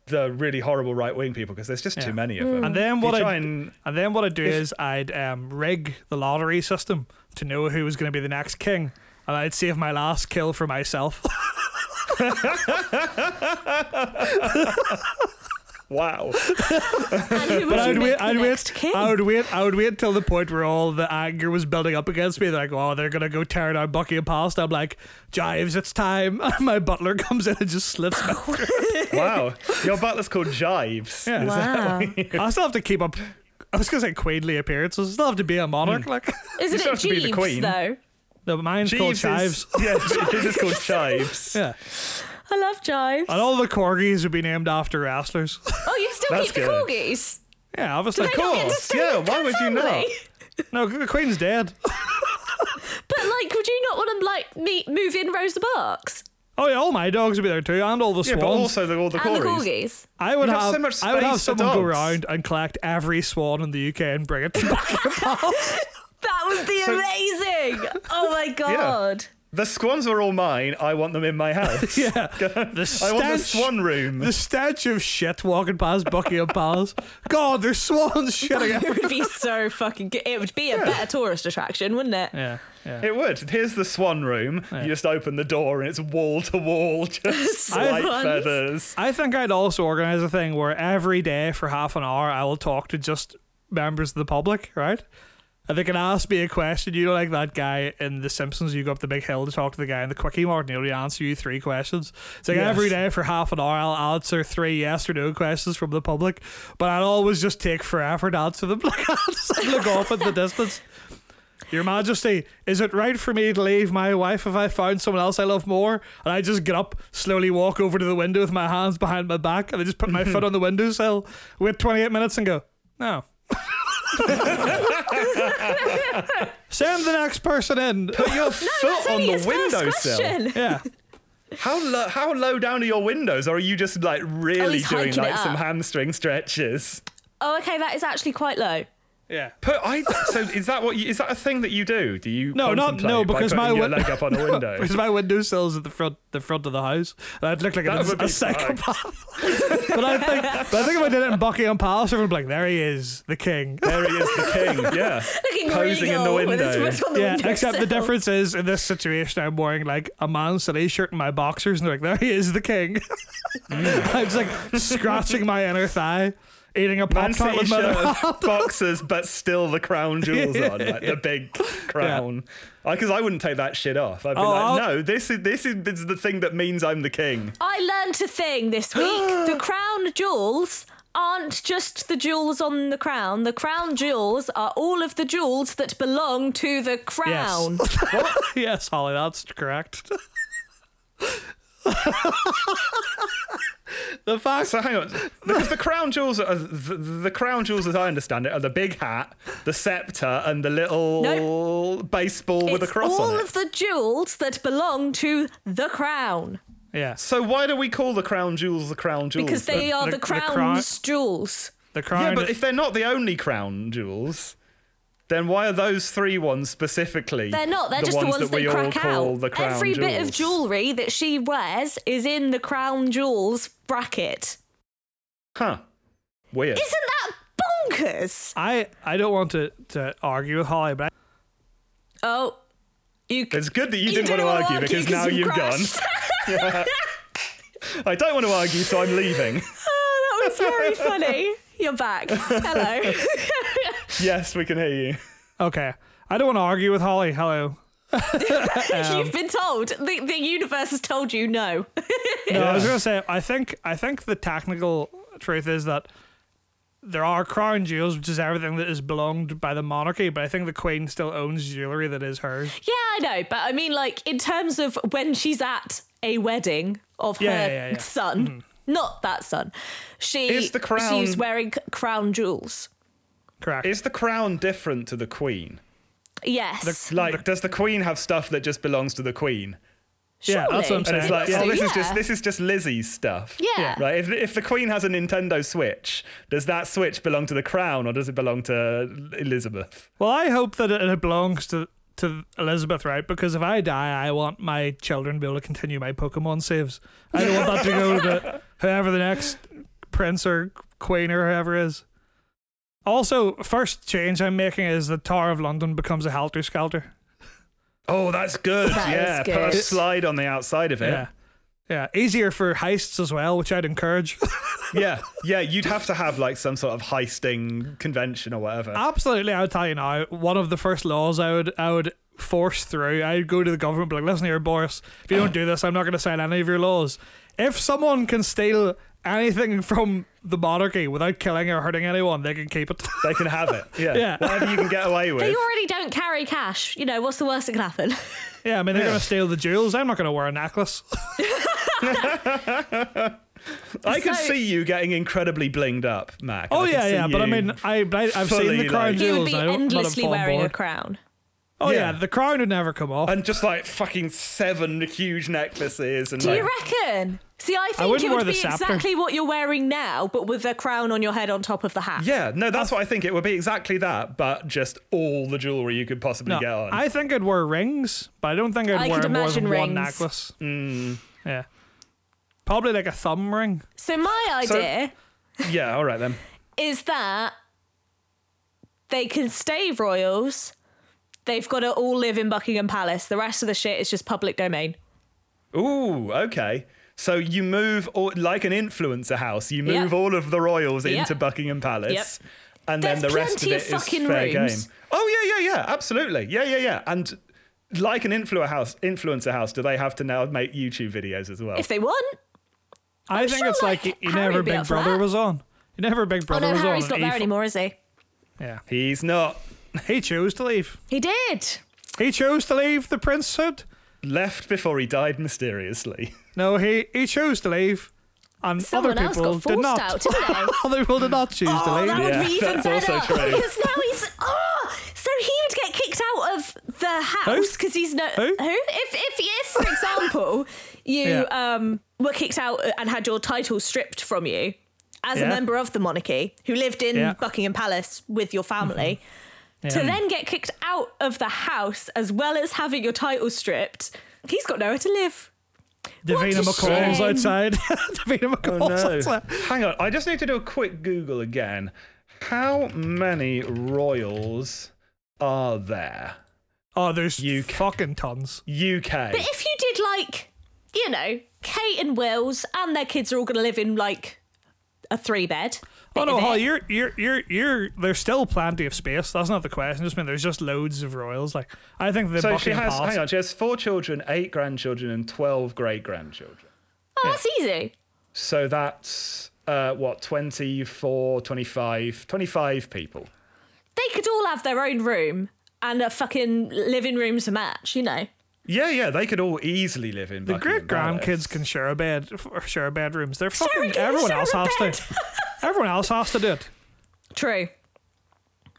[SPEAKER 1] the really horrible right wing people because there's just
[SPEAKER 3] Yeah.
[SPEAKER 1] too many of them.
[SPEAKER 3] And then
[SPEAKER 1] If
[SPEAKER 3] what
[SPEAKER 1] you try
[SPEAKER 3] I
[SPEAKER 1] and-
[SPEAKER 3] Mm. and then what I'd do is I'd um, rig the lottery system to know who was going to be the next king, and I'd save my last kill for myself.
[SPEAKER 1] wow,
[SPEAKER 2] And who would
[SPEAKER 3] but I'd
[SPEAKER 2] you
[SPEAKER 3] wait.
[SPEAKER 2] make the
[SPEAKER 3] I'd wait.
[SPEAKER 2] next king?
[SPEAKER 3] I would wait. I would wait till the point where all the anger was building up against me. They're like, "Oh, they're gonna go tear down Buckingham Palace." I'm like, "Jives, it's time." And my butler comes in and just slits me.
[SPEAKER 1] wow, your butler's called Jives.
[SPEAKER 3] Yeah.
[SPEAKER 2] Wow.
[SPEAKER 3] I still have to kell up. I was gonna say queenly appearances. I still have to be a monarch. Like,
[SPEAKER 2] Isn't
[SPEAKER 1] still
[SPEAKER 2] it
[SPEAKER 1] have to be the
[SPEAKER 2] Jeeves,
[SPEAKER 1] queen.
[SPEAKER 2] though?
[SPEAKER 3] no, mine's called
[SPEAKER 1] Jeeves
[SPEAKER 3] Jives.
[SPEAKER 1] is- yeah, this is called Jives.
[SPEAKER 3] Yeah.
[SPEAKER 2] I love Jives.
[SPEAKER 3] And all the corgis would be named after wrestlers.
[SPEAKER 2] Oh, you'd still
[SPEAKER 1] That's
[SPEAKER 2] keep the
[SPEAKER 1] good.
[SPEAKER 2] corgis.
[SPEAKER 3] yeah, obviously.
[SPEAKER 2] They don't get to stay
[SPEAKER 1] yeah,
[SPEAKER 2] with
[SPEAKER 1] why
[SPEAKER 2] their
[SPEAKER 1] would you not?
[SPEAKER 2] family.
[SPEAKER 3] No, the Queen's dead.
[SPEAKER 2] But like, would you not want to like meet, move in Rosa Parks
[SPEAKER 3] Oh yeah, all my dogs would be there too, and all the
[SPEAKER 1] Yeah,
[SPEAKER 3] swans.
[SPEAKER 1] but also the, all the
[SPEAKER 2] and the
[SPEAKER 1] Corys.
[SPEAKER 2] corgis?
[SPEAKER 3] I would
[SPEAKER 1] You
[SPEAKER 3] have,
[SPEAKER 1] have so much
[SPEAKER 3] I would
[SPEAKER 1] space
[SPEAKER 3] have
[SPEAKER 1] for
[SPEAKER 3] someone go
[SPEAKER 1] dogs.
[SPEAKER 3] around and collect every swan in the UK and bring it back.
[SPEAKER 2] That would be amazing. Oh my god.
[SPEAKER 1] The swans are all mine. I want them in my house.
[SPEAKER 3] yeah, the
[SPEAKER 1] I want the
[SPEAKER 3] stench,
[SPEAKER 1] swan room.
[SPEAKER 3] the stench of shit walking past Buckingham Palace. God, there's swans shitting. everywhere.
[SPEAKER 2] It would be so fucking good. It would be a better tourist attraction, wouldn't it?
[SPEAKER 3] Yeah, yeah.
[SPEAKER 1] it would. Here's the swan room. You just open the door and it's wall to wall, just white
[SPEAKER 2] Swans.
[SPEAKER 1] feathers.
[SPEAKER 3] I think I'd also organise a thing where every day for half an hour I will talk to just members of the public, right? And they can ask me a question. You know, like that guy in The Simpsons, you go up the big hill to talk to the guy in the quickie mart and he'll answer you three questions. It's like
[SPEAKER 1] Yes.
[SPEAKER 3] every day for half an hour I'll answer three yes or no questions from the public, but I'll always just take forever to answer them. Like, I'll just look off at the distance. Your Majesty, is it right for me to leave my wife if I found someone else I love more? And I just get up, slowly walk over to the window with my hands behind my back, and I just put my foot on the windowsill, wait 28 minutes, and go, no. Send the next person in.
[SPEAKER 1] Put your foot on
[SPEAKER 2] Only
[SPEAKER 1] the
[SPEAKER 2] his first
[SPEAKER 1] windowsill.
[SPEAKER 2] question.
[SPEAKER 3] Yeah.
[SPEAKER 1] How lo- how low down are your windows? Or are you just like really
[SPEAKER 2] Oh, he's
[SPEAKER 1] doing
[SPEAKER 2] hiking it
[SPEAKER 1] like some
[SPEAKER 2] up.
[SPEAKER 1] hamstring stretches?
[SPEAKER 2] Oh, okay, that is actually quite low.
[SPEAKER 3] Yeah.
[SPEAKER 1] Put I so is that what you, is that a thing that you do? Do you
[SPEAKER 3] No, not
[SPEAKER 1] contemplate
[SPEAKER 3] no,
[SPEAKER 1] by
[SPEAKER 3] because my
[SPEAKER 1] putting your
[SPEAKER 3] win-
[SPEAKER 1] leg up on a
[SPEAKER 3] No,
[SPEAKER 1] window.
[SPEAKER 3] because my windowsills at the front, the front of the house. And I'd look like
[SPEAKER 1] That
[SPEAKER 3] a,
[SPEAKER 1] would be
[SPEAKER 3] a psychopath. but I think, but I think if I did it in Buckingham Palace, everyone would be like, "There he is, the king."
[SPEAKER 1] There he is, the king. Yeah,
[SPEAKER 2] Looking
[SPEAKER 1] posing in the
[SPEAKER 2] regal with his
[SPEAKER 1] window.
[SPEAKER 2] foot on the
[SPEAKER 3] Yeah,
[SPEAKER 2] window
[SPEAKER 3] except the
[SPEAKER 2] sill.
[SPEAKER 3] difference is in this situation, I'm wearing like a Man City shirt and my boxers, and they're like, "There he is, the king." I'm just like scratching my inner thigh, eating a pop
[SPEAKER 1] Man
[SPEAKER 3] tart
[SPEAKER 1] City
[SPEAKER 3] with my other
[SPEAKER 1] shirt,
[SPEAKER 3] hand.
[SPEAKER 1] boxers, but still the crown jewels on, like the big crown. Because I wouldn't take that shit off. I'd be
[SPEAKER 3] Oh,
[SPEAKER 1] like,
[SPEAKER 3] I'll-
[SPEAKER 1] no, this is this is, this is the thing that means I'm the king.
[SPEAKER 2] I learned a thing this week. the crown jewels aren't just the jewels on the crown. The crown jewels are all of the jewels that belong to the crown.
[SPEAKER 3] yes, Holly, that's correct. the fact
[SPEAKER 1] So hang on, because the crown jewels are the, the crown jewels, as I understand it, are the big hat, the scepter, and the little baseball with a
[SPEAKER 2] It's
[SPEAKER 1] cross
[SPEAKER 2] all
[SPEAKER 1] on it.
[SPEAKER 2] of the jewels that belong to the crown
[SPEAKER 3] yeah,
[SPEAKER 1] so why do we call the crown jewels the crown jewels?
[SPEAKER 2] because
[SPEAKER 1] then?
[SPEAKER 2] they are
[SPEAKER 3] the-
[SPEAKER 2] the,
[SPEAKER 3] the crown-
[SPEAKER 2] crown's jewels.
[SPEAKER 3] the crown.
[SPEAKER 1] yeah, but if they're not the only crown jewels, then why are those three ones specifically?
[SPEAKER 2] They're not. They're just the ones that,
[SPEAKER 1] we all
[SPEAKER 2] crack
[SPEAKER 1] call
[SPEAKER 2] out.
[SPEAKER 1] the crown
[SPEAKER 2] Every
[SPEAKER 1] jewels.
[SPEAKER 2] bit of jewelry that she wears is in the crown jewels bracket.
[SPEAKER 1] Huh. Weird.
[SPEAKER 2] Isn't that bonkers?
[SPEAKER 3] I I don't want to, to argue with Holly, but
[SPEAKER 2] Oh, you. c-
[SPEAKER 1] It's good that you,
[SPEAKER 2] You
[SPEAKER 1] didn't, want to argue because now you've
[SPEAKER 2] crashed.
[SPEAKER 1] gone. I don't want to argue, so I'm leaving.
[SPEAKER 2] oh, that was very funny. You're back. Hello.
[SPEAKER 1] yes, we can hear you.
[SPEAKER 3] I, okay, I don't want to argue with Holly. Hello.
[SPEAKER 1] Um,
[SPEAKER 2] You've been told. The, the universe has told you no.
[SPEAKER 3] No, I was
[SPEAKER 1] Yeah.
[SPEAKER 3] gonna say I think I think the technical truth is that there are crown jewels, which is everything that is belonged by the monarchy, but I think the queen still owns jewelry that is hers.
[SPEAKER 2] yeah, I know. But I mean, like, in terms of when she's at a wedding of
[SPEAKER 3] Yeah,
[SPEAKER 2] her
[SPEAKER 3] yeah, Mm-hmm. yeah.
[SPEAKER 2] son, not that son, she,
[SPEAKER 1] Is the crown-
[SPEAKER 2] she's wearing c- crown jewels.
[SPEAKER 3] Correct.
[SPEAKER 1] Is the crown different to the queen?
[SPEAKER 2] Yes.
[SPEAKER 1] Like, does the queen have stuff that just belongs to the queen?
[SPEAKER 3] yeah, that's what I'm
[SPEAKER 2] surely.
[SPEAKER 1] And it's
[SPEAKER 3] saying.
[SPEAKER 1] like,
[SPEAKER 2] Yeah.
[SPEAKER 1] oh, this is
[SPEAKER 2] Yeah.
[SPEAKER 1] just this is just Lizzie's stuff.
[SPEAKER 2] Yeah.
[SPEAKER 1] Right. If, if the queen has a Nintendo Switch, does that Switch belong to the crown or does it belong to Elizabeth?
[SPEAKER 3] Well, I hope that it it belongs to to Elizabeth, right? Because if I die, I want my children to be able to continue my Pokemon saves. I don't want that to go to whoever the next prince or queen or whoever is. Also, first change I'm making is the Tower of London becomes a helter skelter.
[SPEAKER 1] Oh, that's good.
[SPEAKER 2] That is
[SPEAKER 1] yeah. Put a
[SPEAKER 2] good.
[SPEAKER 1] slide on the outside of it.
[SPEAKER 3] Yeah. Yeah, easier for heists as well, which I'd encourage.
[SPEAKER 1] yeah, yeah, you'd have to have like some sort of heisting convention or whatever.
[SPEAKER 3] Absolutely, I would tell you now. One of the first laws I would I would force through. I'd go to the government, and be like, listen here, Boris. If you don't do this, I'm not going to sign any of your laws. If someone can steal anything from the monarchy without killing or hurting anyone, they can keep it.
[SPEAKER 1] they can have it. Yeah.
[SPEAKER 3] Yeah.
[SPEAKER 1] Whatever you can get away
[SPEAKER 2] They
[SPEAKER 1] with.
[SPEAKER 2] already don't carry cash. You know, what's the worst that can happen?
[SPEAKER 3] yeah, I mean, they're going to steal the jewels. I'm not going to wear a necklace.
[SPEAKER 1] I can
[SPEAKER 2] So-
[SPEAKER 1] see you getting incredibly blinged up, Mac.
[SPEAKER 3] oh
[SPEAKER 1] I can
[SPEAKER 3] yeah,
[SPEAKER 1] see
[SPEAKER 3] yeah. But I
[SPEAKER 1] you-
[SPEAKER 3] mean, I, I I've
[SPEAKER 1] fully,
[SPEAKER 3] seen the crown
[SPEAKER 1] like-
[SPEAKER 2] You would
[SPEAKER 3] jewels.
[SPEAKER 2] be
[SPEAKER 3] I don't- but I'm
[SPEAKER 2] endlessly
[SPEAKER 3] full on
[SPEAKER 2] wearing a
[SPEAKER 3] board.
[SPEAKER 2] crown.
[SPEAKER 3] Oh
[SPEAKER 1] Yeah.
[SPEAKER 3] yeah. the crown would never come off.
[SPEAKER 1] and just like fucking seven huge necklaces and
[SPEAKER 2] Do
[SPEAKER 1] like,
[SPEAKER 2] you reckon? See, I think
[SPEAKER 3] wouldn't
[SPEAKER 2] it
[SPEAKER 3] wear
[SPEAKER 2] would
[SPEAKER 3] the
[SPEAKER 2] be
[SPEAKER 3] scepter.
[SPEAKER 2] exactly what you're wearing now, but with a crown on your head on top of the hat.
[SPEAKER 1] yeah, no, that's
[SPEAKER 2] Oh.
[SPEAKER 1] what I think. It would be exactly that, but just all the jewelry you could possibly
[SPEAKER 3] No,
[SPEAKER 1] get on.
[SPEAKER 3] I think I'd wear rings, but I don't think I'd
[SPEAKER 2] I
[SPEAKER 3] wear
[SPEAKER 2] could
[SPEAKER 3] more
[SPEAKER 2] imagine
[SPEAKER 3] than one
[SPEAKER 2] rings.
[SPEAKER 3] necklace. Yeah. Probably like a thumb ring.
[SPEAKER 2] So my
[SPEAKER 1] So-
[SPEAKER 2] idea
[SPEAKER 1] yeah, all right then.
[SPEAKER 2] is that they can stay royals. They've got to all live in Buckingham Palace. The rest of the shit is just public domain.
[SPEAKER 1] Ooh, okay. So you move all, like an influencer house. You
[SPEAKER 2] Yep.
[SPEAKER 1] move all of the royals
[SPEAKER 2] Yep.
[SPEAKER 1] into Buckingham Palace, and then
[SPEAKER 2] There's
[SPEAKER 1] the rest of
[SPEAKER 2] plenty
[SPEAKER 1] it
[SPEAKER 2] of
[SPEAKER 1] is
[SPEAKER 2] fucking
[SPEAKER 1] fair
[SPEAKER 2] rooms.
[SPEAKER 1] game. Oh yeah, yeah, yeah, absolutely, yeah, yeah, yeah. And like an influencer house, influencer house, do they have to now make YouTube videos as well?
[SPEAKER 2] If they want.
[SPEAKER 3] i think
[SPEAKER 2] sure,
[SPEAKER 3] it's like,
[SPEAKER 2] like,
[SPEAKER 3] you
[SPEAKER 2] Harry
[SPEAKER 3] never
[SPEAKER 2] would be
[SPEAKER 3] Big
[SPEAKER 2] up for
[SPEAKER 3] Brother
[SPEAKER 2] that.
[SPEAKER 3] was on. You never Big
[SPEAKER 2] Oh
[SPEAKER 3] Brother
[SPEAKER 2] no,
[SPEAKER 3] was
[SPEAKER 2] Harry's
[SPEAKER 3] on.
[SPEAKER 2] not
[SPEAKER 3] and
[SPEAKER 2] there
[SPEAKER 3] he-
[SPEAKER 2] anymore, is he?
[SPEAKER 3] Yeah.
[SPEAKER 1] He's not
[SPEAKER 3] He chose to leave.
[SPEAKER 2] He did.
[SPEAKER 3] He chose to leave the princehood.
[SPEAKER 1] left before he died mysteriously.
[SPEAKER 3] No, he he chose to leave. And
[SPEAKER 2] Someone
[SPEAKER 3] other
[SPEAKER 2] else
[SPEAKER 3] people
[SPEAKER 2] got
[SPEAKER 3] did
[SPEAKER 2] forced
[SPEAKER 3] not.
[SPEAKER 2] out, didn't they?
[SPEAKER 3] other people did not choose to
[SPEAKER 2] Oh,
[SPEAKER 3] leave.
[SPEAKER 2] that would
[SPEAKER 1] Yeah,
[SPEAKER 2] be even
[SPEAKER 1] that's also
[SPEAKER 2] better
[SPEAKER 1] true.
[SPEAKER 2] because now he's oh, so he would get kicked out of the the house because he's no
[SPEAKER 3] Who?
[SPEAKER 2] If if if for example you
[SPEAKER 3] Yeah.
[SPEAKER 2] um were kicked out and had your title stripped from you as a
[SPEAKER 3] Yeah.
[SPEAKER 2] member of the monarchy who lived in
[SPEAKER 3] Yeah. Mm-hmm.
[SPEAKER 2] Buckingham Palace with your family. To then get kicked out of the house as well as having your title stripped, he's got nowhere to live. What
[SPEAKER 3] Davina
[SPEAKER 2] a
[SPEAKER 3] McCall's
[SPEAKER 2] shame.
[SPEAKER 3] outside. Davina McCall's outside.
[SPEAKER 1] Oh, Hang on, I just need to do a quick Google again. How many royals are there?
[SPEAKER 3] Oh, there's
[SPEAKER 1] You ca-
[SPEAKER 3] fucking tons.
[SPEAKER 1] UK.
[SPEAKER 2] But if you did like, you know, Kate and Will's and their kids are all going to live in like a three bed.
[SPEAKER 3] Oh
[SPEAKER 2] bit
[SPEAKER 3] no,
[SPEAKER 2] of
[SPEAKER 3] Hall,
[SPEAKER 2] it.
[SPEAKER 3] you're you're you're you're there's still plenty of space. That's not the question. I just mean there's just loads of royals. Like I think the
[SPEAKER 1] so she
[SPEAKER 3] Buckingham
[SPEAKER 1] has,
[SPEAKER 3] Palace.
[SPEAKER 1] hang on, she has four children, eight grandchildren, and 12 great grandchildren.
[SPEAKER 2] Oh, that's easy.
[SPEAKER 1] So that's, uh, what, 24, 25, 25 people.
[SPEAKER 2] They could all have their own room and a fucking living room to match, you know.
[SPEAKER 1] Yeah, yeah, they could all easily live in
[SPEAKER 3] The great grandkids can share a bed, or share bedrooms. They're fucking everyone
[SPEAKER 2] share
[SPEAKER 3] else
[SPEAKER 2] a
[SPEAKER 3] has
[SPEAKER 2] bed.
[SPEAKER 3] to. Everyone else has to do it.
[SPEAKER 2] True.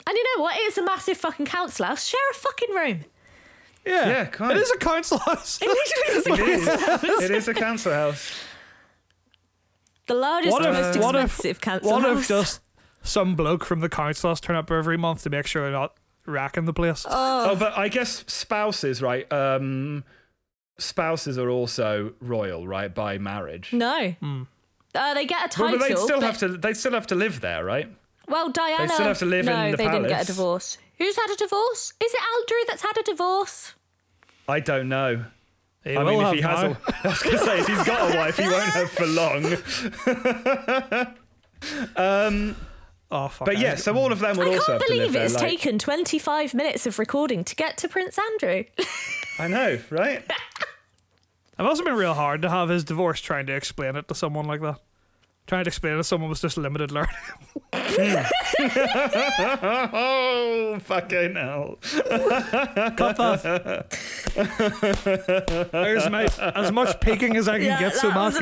[SPEAKER 2] And you know what? It's a massive fucking council house. Share a fucking room.
[SPEAKER 3] Yeah,
[SPEAKER 1] Yeah, kind
[SPEAKER 3] it
[SPEAKER 1] of.
[SPEAKER 3] is a council house.
[SPEAKER 2] It literally is a-
[SPEAKER 1] it is a council house.
[SPEAKER 2] the largest,
[SPEAKER 3] what
[SPEAKER 2] most
[SPEAKER 3] if what
[SPEAKER 2] expensive
[SPEAKER 3] if
[SPEAKER 2] council
[SPEAKER 3] what
[SPEAKER 2] house.
[SPEAKER 3] if just some bloke from the council has turn up every month to make sure they're not racking the place?
[SPEAKER 2] Uh,
[SPEAKER 1] Oh, but I guess spouses, right? Um, spouses are also royal, right, by marriage.
[SPEAKER 2] no. Uh, they get a
[SPEAKER 1] Hmm. Well,
[SPEAKER 2] title.
[SPEAKER 1] but they'd still
[SPEAKER 2] but-
[SPEAKER 1] have to. They'd still have to live there, right?
[SPEAKER 2] Well, Diana.
[SPEAKER 1] still have to live
[SPEAKER 2] no,
[SPEAKER 1] in the
[SPEAKER 2] they didn't get a
[SPEAKER 1] palace.
[SPEAKER 2] divorce. Who's had a divorce? Is it Aldrew that's had a divorce?
[SPEAKER 1] I don't know.
[SPEAKER 3] They
[SPEAKER 1] I
[SPEAKER 3] will
[SPEAKER 1] mean, if
[SPEAKER 3] have
[SPEAKER 1] he has,
[SPEAKER 3] now.
[SPEAKER 1] a, I was gonna say, if he's got a wife, he won't have for long.
[SPEAKER 3] oh, fuck,
[SPEAKER 1] But
[SPEAKER 3] I
[SPEAKER 1] yeah, so all of them would
[SPEAKER 2] I
[SPEAKER 1] also
[SPEAKER 2] can't
[SPEAKER 1] have to live
[SPEAKER 2] believe
[SPEAKER 1] there.
[SPEAKER 2] it has
[SPEAKER 1] like-
[SPEAKER 2] taken 25 minutes of recording to get to Prince Andrew.
[SPEAKER 1] I know, right?
[SPEAKER 3] It must have been real hard to have his divorce trying to explain it to someone like that. Trying to explain it to someone with just limited learning.
[SPEAKER 1] Oh, fucking hell!
[SPEAKER 3] Cut that. There's my, as much peeking as I can
[SPEAKER 2] Yeah,
[SPEAKER 3] get so
[SPEAKER 2] that
[SPEAKER 3] Matt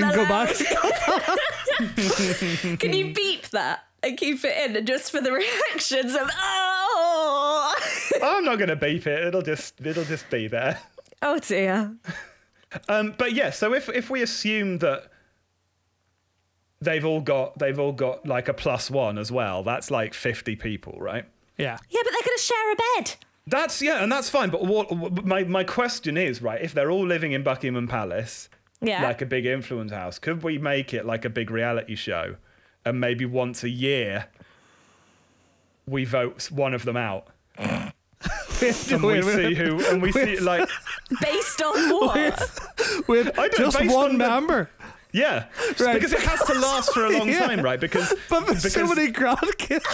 [SPEAKER 2] wasn't
[SPEAKER 3] can go back.
[SPEAKER 2] Can you beep that and keep it in and just for the reactions of oh
[SPEAKER 1] I'm not gonna beep it. It'll just, it'll just be there.
[SPEAKER 2] oh dear.
[SPEAKER 1] Um, but yeah, so if if we assume that they've all got they've all got like a plus one as well, that's like fifty people, right?
[SPEAKER 3] Yeah.
[SPEAKER 2] Yeah, but they're gonna share a bed.
[SPEAKER 1] That's yeah, and that's fine. But what what- my my question is, right? If they're all living in Buckingham Palace,
[SPEAKER 2] Yeah.
[SPEAKER 1] like a big influence house, could we make it like a big reality show, and maybe once a year we vote one of them out, and we
[SPEAKER 3] wait,
[SPEAKER 1] see
[SPEAKER 3] wait,
[SPEAKER 1] who, and we see like
[SPEAKER 2] Based on what?
[SPEAKER 3] wait,
[SPEAKER 1] don't-
[SPEAKER 3] just
[SPEAKER 1] based
[SPEAKER 3] one
[SPEAKER 1] on the-
[SPEAKER 3] member.
[SPEAKER 1] yeah,
[SPEAKER 3] Right.
[SPEAKER 1] because it has to last for a long
[SPEAKER 3] Yeah.
[SPEAKER 1] time, right? Because
[SPEAKER 3] But there's so
[SPEAKER 1] because-
[SPEAKER 3] many grandkids.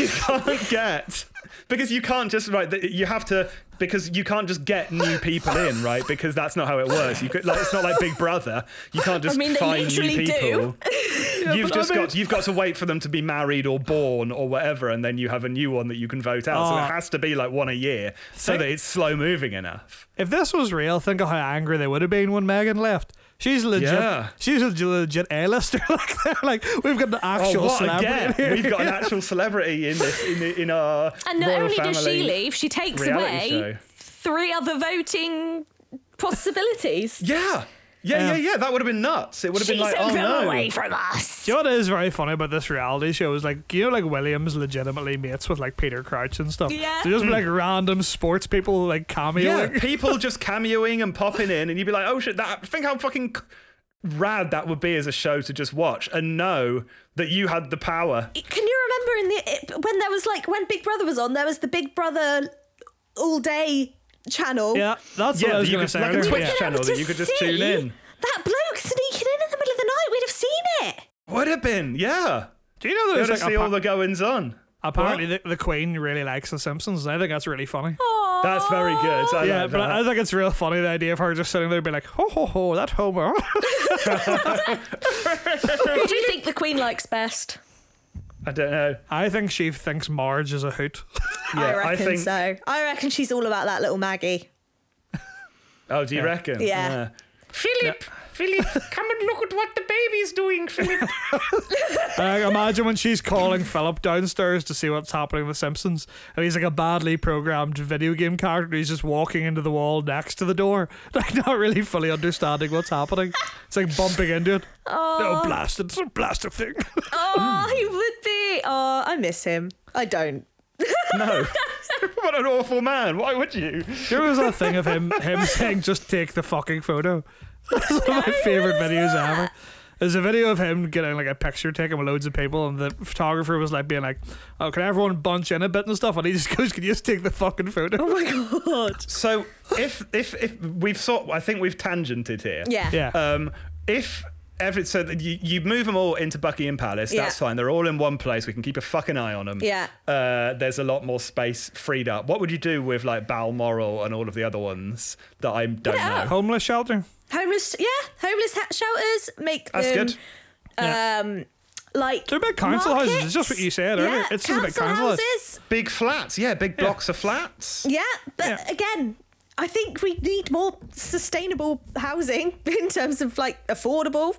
[SPEAKER 1] you can't get because you can't just right th- you have to because you can't just get new people in right because that's not how it works you could like it's not like big brother you can't just
[SPEAKER 2] mean, they
[SPEAKER 1] find new
[SPEAKER 2] literally
[SPEAKER 1] people
[SPEAKER 2] do.
[SPEAKER 1] you've
[SPEAKER 3] but I
[SPEAKER 1] just
[SPEAKER 3] mean-
[SPEAKER 1] got you've got to wait for them to be married or born or whatever and then you have a new one that you can vote out so
[SPEAKER 3] Oh.
[SPEAKER 1] it has to be like one a year so
[SPEAKER 3] Think-
[SPEAKER 1] that it's slow moving enough
[SPEAKER 3] If this was real, think of how angry they would have been when Megan left. She's legit.
[SPEAKER 1] Yeah.
[SPEAKER 3] She's a legit A-lister. Like, they're like we've got an
[SPEAKER 1] oh
[SPEAKER 3] actual
[SPEAKER 1] what a
[SPEAKER 3] celebrity.
[SPEAKER 1] get.
[SPEAKER 3] here.
[SPEAKER 1] we've got an actual celebrity in this in, the, in our
[SPEAKER 2] And not
[SPEAKER 1] royal
[SPEAKER 2] only does she
[SPEAKER 1] family
[SPEAKER 2] leave, she takes
[SPEAKER 1] reality
[SPEAKER 2] away
[SPEAKER 1] show.
[SPEAKER 2] three other voting possibilities.
[SPEAKER 1] yeah yeah,
[SPEAKER 3] Um,
[SPEAKER 1] yeah, yeah, that would have been nuts. It would have
[SPEAKER 2] she
[SPEAKER 1] been like,
[SPEAKER 2] took
[SPEAKER 1] oh
[SPEAKER 2] them
[SPEAKER 1] no.
[SPEAKER 2] away from us.
[SPEAKER 3] Do you know what is very funny about this reality show is like you know like Williams legitimately mates with like Peter Crouch and stuff.
[SPEAKER 2] Yeah.
[SPEAKER 3] So just be like random sports people like
[SPEAKER 1] Yeah,
[SPEAKER 3] cameoing.
[SPEAKER 1] people just cameoing and popping in, and you'd be like, "Oh shit!" That think how fucking c- rad that would be as a show to just watch and know that you had the power.
[SPEAKER 2] Can you remember in the when there was like when Big Brother was on, there was the Big Brother all day channel.
[SPEAKER 3] Yeah, that's
[SPEAKER 1] Yeah,
[SPEAKER 3] what I was
[SPEAKER 1] you
[SPEAKER 3] gonna
[SPEAKER 1] could-
[SPEAKER 3] say.
[SPEAKER 1] like a
[SPEAKER 3] earlier.
[SPEAKER 1] Twitch
[SPEAKER 3] Yeah.
[SPEAKER 2] We'd
[SPEAKER 1] channel
[SPEAKER 2] able
[SPEAKER 1] that
[SPEAKER 2] to
[SPEAKER 1] you could just
[SPEAKER 2] see
[SPEAKER 1] tune in.
[SPEAKER 2] That bloke sneaking in in the middle of the night, we'd have seen it.
[SPEAKER 1] Would have been, yeah.
[SPEAKER 3] Do you know
[SPEAKER 1] You'd
[SPEAKER 3] there's
[SPEAKER 1] have
[SPEAKER 3] like
[SPEAKER 1] see
[SPEAKER 3] appa-
[SPEAKER 1] all the goings on.
[SPEAKER 3] apparently the, the Queen really likes The Simpsons. And I think that's really funny.
[SPEAKER 2] Aww.
[SPEAKER 1] That's
[SPEAKER 2] Oh.
[SPEAKER 1] very good. I
[SPEAKER 3] yeah,
[SPEAKER 1] like
[SPEAKER 3] but
[SPEAKER 1] that.
[SPEAKER 3] I think it's real funny the idea of her just sitting there being like, ho ho ho, that Homer.
[SPEAKER 2] Who do you think the Queen likes best?
[SPEAKER 1] I don't know.
[SPEAKER 3] I think she thinks Marge is a hoot.
[SPEAKER 1] Yeah,
[SPEAKER 2] I reckon
[SPEAKER 1] think.
[SPEAKER 2] so. I reckon she's all about that little Maggie.
[SPEAKER 1] Oh, do you reckon?
[SPEAKER 2] Yeah.
[SPEAKER 1] Philip,
[SPEAKER 4] Philip, come and look at what the baby's doing, Philip.
[SPEAKER 3] I Uh, imagine when she's calling Philip downstairs to see what's happening with Simpsons, and he's like a badly programmed video game character. and He's just walking into the wall next to the door, like not really fully understanding what's happening. It's like bumping into it. Oh, blasted! It's a plastic thing.
[SPEAKER 5] Oh, he would be. Oh, I miss him. I don't.
[SPEAKER 1] No. what an awful man. Why would you?
[SPEAKER 3] there was a thing of him him saying, "Just take the fucking photo." That's one of my favorite videos ever. There's a video of him getting like a picture taken with loads of people, and the photographer was like being like, "Oh, can everyone bunch in a bit and stuff?" And he just goes, "Can you just take the fucking photo?"
[SPEAKER 5] Oh my god.
[SPEAKER 1] So if if if we've sort I think we've tangented here.
[SPEAKER 5] Yeah.
[SPEAKER 3] Yeah.
[SPEAKER 1] Um if every so that you, you move them all into Buckingham Palace,
[SPEAKER 5] Yeah.
[SPEAKER 1] that's fine. They're all in one place. We can keep a fucking eye on them.
[SPEAKER 5] Yeah.
[SPEAKER 1] Uh there's a lot more space freed up. What would you do with like Balmoral and all of the other ones that I don't
[SPEAKER 5] it
[SPEAKER 1] know?
[SPEAKER 5] up.
[SPEAKER 3] Homeless shelter.
[SPEAKER 5] Homeless. Yeah. Homeless ha- shelters make
[SPEAKER 1] That's
[SPEAKER 5] them.
[SPEAKER 1] good.
[SPEAKER 5] Um, like
[SPEAKER 3] They're big council
[SPEAKER 5] markets.
[SPEAKER 3] houses. It's just what you said earlier.
[SPEAKER 5] Yeah,
[SPEAKER 3] It's just
[SPEAKER 5] council
[SPEAKER 3] about council houses.
[SPEAKER 5] houses.
[SPEAKER 1] Big flats. Yeah, big blocks of flats.
[SPEAKER 5] Yeah, but
[SPEAKER 3] Yeah.
[SPEAKER 5] again, I think we need more sustainable housing in terms of like affordable.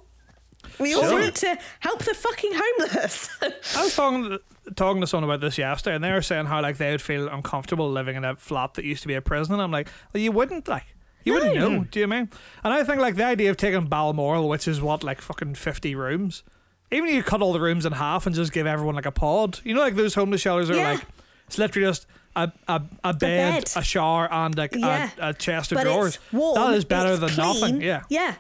[SPEAKER 5] We also
[SPEAKER 1] Sure.
[SPEAKER 5] need to help the fucking homeless.
[SPEAKER 3] I was talking talking to someone about this yesterday, and they were saying how like they would feel uncomfortable living in a flat that used to be a prison. And I'm like, well, you wouldn't like. You wouldn't know, do you mean? And I think like the idea of taking Balmoral, which is what like fucking fifty rooms, even if you cut all the rooms in half and just give everyone like a pod, you know, like those homeless shelters are
[SPEAKER 5] Yeah.
[SPEAKER 3] like it's literally just a a, a, bed, a
[SPEAKER 5] bed.
[SPEAKER 3] shower, and like
[SPEAKER 5] Yeah.
[SPEAKER 3] a, a chest of
[SPEAKER 5] but
[SPEAKER 3] drawers.
[SPEAKER 5] it's warm.
[SPEAKER 3] that is better
[SPEAKER 5] it's
[SPEAKER 3] than
[SPEAKER 5] clean.
[SPEAKER 3] nothing. Yeah,
[SPEAKER 5] Yeah.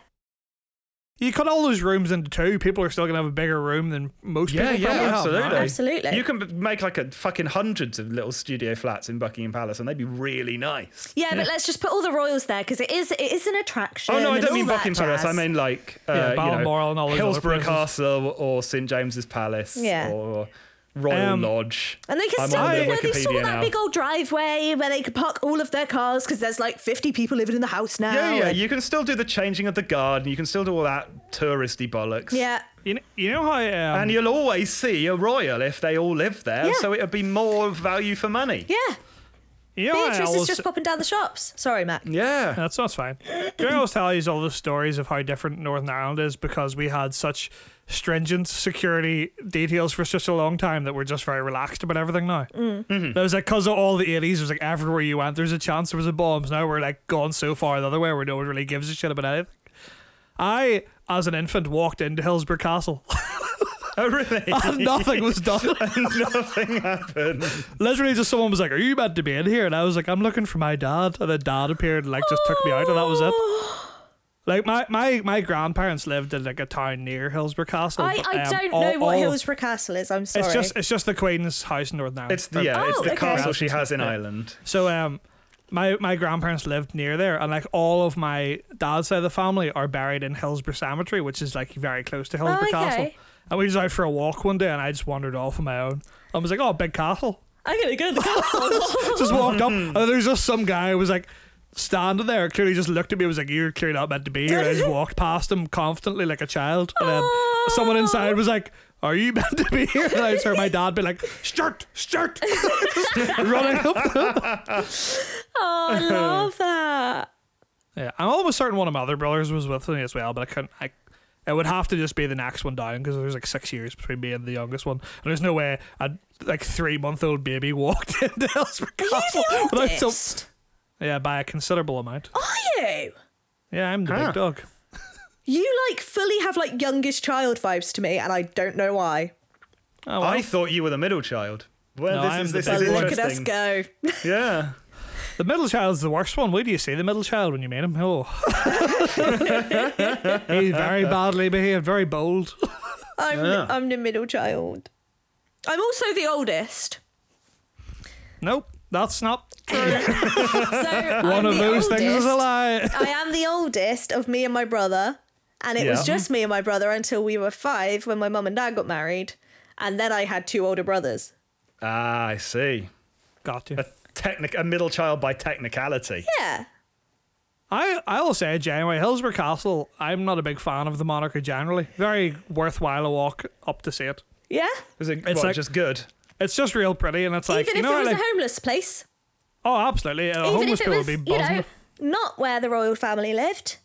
[SPEAKER 3] you cut all those rooms into two, people are still gonna have a bigger room than most
[SPEAKER 1] Yeah,
[SPEAKER 3] people.
[SPEAKER 1] yeah,
[SPEAKER 3] probably have,
[SPEAKER 1] absolutely.
[SPEAKER 3] right?
[SPEAKER 5] Absolutely.
[SPEAKER 1] You can b- make like a fucking hundreds of little studio flats in Buckingham Palace, and they'd be really nice.
[SPEAKER 2] Yeah, but let's just put all the royals there because it is it is an attraction.
[SPEAKER 1] Oh no, I
[SPEAKER 2] and
[SPEAKER 1] don't
[SPEAKER 2] all
[SPEAKER 1] mean
[SPEAKER 2] that
[SPEAKER 1] Buckingham Palace. I
[SPEAKER 2] jazz.
[SPEAKER 1] mean like uh,
[SPEAKER 3] Yeah,
[SPEAKER 1] you know,
[SPEAKER 3] Balmoral and all those other
[SPEAKER 1] Hillsborough
[SPEAKER 3] places.
[SPEAKER 1] Castle or St James's Palace
[SPEAKER 5] Yeah.
[SPEAKER 1] or Royal
[SPEAKER 3] Um,
[SPEAKER 1] Lodge.
[SPEAKER 2] And they can
[SPEAKER 1] I'm
[SPEAKER 2] still
[SPEAKER 1] on the
[SPEAKER 2] where they've still
[SPEAKER 1] Wikipedia
[SPEAKER 2] got
[SPEAKER 1] now.
[SPEAKER 2] that big old driveway where they could park all of their cars because there's like 50 people living in the house now.
[SPEAKER 1] yeah, yeah.
[SPEAKER 2] and-
[SPEAKER 1] You can still do the changing of the guard, and you can still do all that touristy bollocks.
[SPEAKER 5] Yeah.
[SPEAKER 3] You know, you know how um,
[SPEAKER 1] And you'll always see a royal if they all live there,
[SPEAKER 5] Yeah.
[SPEAKER 1] so it'll be more value for money.
[SPEAKER 5] Yeah.
[SPEAKER 3] you know how I
[SPEAKER 5] Beatrice is
[SPEAKER 3] always-
[SPEAKER 5] just popping down the shops. Sorry, Mac.
[SPEAKER 1] Yeah.
[SPEAKER 3] that's not fine. Do I always tell you all the stories of how different Northern Ireland is because we had such stringent security details for such a long time that we're just very relaxed about everything now. Mm.
[SPEAKER 1] Mm-hmm.
[SPEAKER 3] That was like because of all the eighties, it was like everywhere you went, there's a chance there was a bombs. Now we're like gone so far the other way where no one really gives a shit about anything. I, as an infant, walked into Hillsborough Castle.
[SPEAKER 1] Oh really?
[SPEAKER 3] and nothing was done.
[SPEAKER 1] Nothing happened.
[SPEAKER 3] Literally, just someone was like, "Are you about to be in here?" And I was like, "I'm looking for my dad." And then dad appeared and like just took me out, and that was
[SPEAKER 5] Oh.
[SPEAKER 3] it. Like my my my grandparents lived in like a town near Hillsborough Castle.
[SPEAKER 2] I-
[SPEAKER 3] but,
[SPEAKER 2] I
[SPEAKER 3] um,
[SPEAKER 2] don't
[SPEAKER 3] all-
[SPEAKER 5] know what
[SPEAKER 3] all-
[SPEAKER 5] Hillsborough Castle is. I'm sorry.
[SPEAKER 3] It's just it's just the Queen's house in Northern Ireland.
[SPEAKER 1] It's the, yeah, it's
[SPEAKER 5] Oh,
[SPEAKER 1] the
[SPEAKER 5] okay.
[SPEAKER 1] castle she has in Ireland.
[SPEAKER 3] So um, my my grandparents lived near there, and like all of my dad's side of the family are buried in Hillsborough Cemetery, which is like very close to Hillsborough
[SPEAKER 5] okay.
[SPEAKER 3] Castle. And we was out for a walk one day, and I just wandered off on my own. I was like, "Oh, big castle."
[SPEAKER 5] I'm gonna go to the castle.
[SPEAKER 3] just walked up, and there was just some guy who was like standing there, clearly just looked at me, was like, "You're clearly not meant to be here." And I just walked past him confidently, like a child, and then someone inside was like. Are you meant to be here? And I just heard my dad be like, "Start, start!" running up.
[SPEAKER 2] Oh, I love that.
[SPEAKER 3] Yeah, I'm almost certain one of my other brothers was with me as well, but I couldn't. I, it would have to just be the next one down because there's like six years between me and the youngest one, and there's no way a like three month old baby walked into Hillsborough Castle. without some-
[SPEAKER 5] Oldest.
[SPEAKER 3] yeah, by a considerable amount.
[SPEAKER 5] Are you?
[SPEAKER 3] Yeah, I'm the
[SPEAKER 1] Huh.
[SPEAKER 3] big dog.
[SPEAKER 5] You like fully have like youngest child vibes to me, and I don't know why.
[SPEAKER 3] Oh, well.
[SPEAKER 1] I thought you were the middle child.
[SPEAKER 3] No,
[SPEAKER 1] Well,
[SPEAKER 3] I am
[SPEAKER 1] this is
[SPEAKER 3] the
[SPEAKER 1] this
[SPEAKER 3] big
[SPEAKER 1] is
[SPEAKER 3] one.
[SPEAKER 5] Look at us
[SPEAKER 1] interesting.
[SPEAKER 5] go.
[SPEAKER 1] Yeah.
[SPEAKER 3] The middle child's the worst one. Where do you see the middle child when you meet him? Oh. He's very badly behaved, very bold.
[SPEAKER 5] I'm
[SPEAKER 1] Yeah.
[SPEAKER 5] I'm the middle child.
[SPEAKER 2] I'm also the oldest.
[SPEAKER 3] Nope, that's not.
[SPEAKER 5] So
[SPEAKER 3] One
[SPEAKER 5] I'm
[SPEAKER 3] of
[SPEAKER 5] the
[SPEAKER 3] those things is
[SPEAKER 5] oldest.
[SPEAKER 3] a lie.
[SPEAKER 5] I am the oldest of me and my brother, and it was
[SPEAKER 1] Yeah.
[SPEAKER 5] just me and my brother until we were five when my mum and dad got married, and then I had two older brothers.
[SPEAKER 1] Ah, I see.
[SPEAKER 3] Got you.
[SPEAKER 1] a technic a middle child by technicality.
[SPEAKER 5] Yeah,
[SPEAKER 3] I, I'll say, January, Hillsborough Castle, I'm not a big fan of the monarchy generally. Very worthwhile a walk up to see it.
[SPEAKER 5] yeah.
[SPEAKER 1] Is it
[SPEAKER 3] It's
[SPEAKER 1] what,
[SPEAKER 3] like-
[SPEAKER 1] just good?
[SPEAKER 3] It's just real pretty, and it's like,
[SPEAKER 5] Even
[SPEAKER 3] you
[SPEAKER 5] if
[SPEAKER 3] know,
[SPEAKER 5] it was
[SPEAKER 3] like,
[SPEAKER 5] a homeless place,
[SPEAKER 3] oh, absolutely. A
[SPEAKER 5] even
[SPEAKER 3] homeless
[SPEAKER 5] if it
[SPEAKER 3] people
[SPEAKER 5] was
[SPEAKER 3] would be
[SPEAKER 5] you
[SPEAKER 3] buzzing.
[SPEAKER 5] know not where the royal family lived,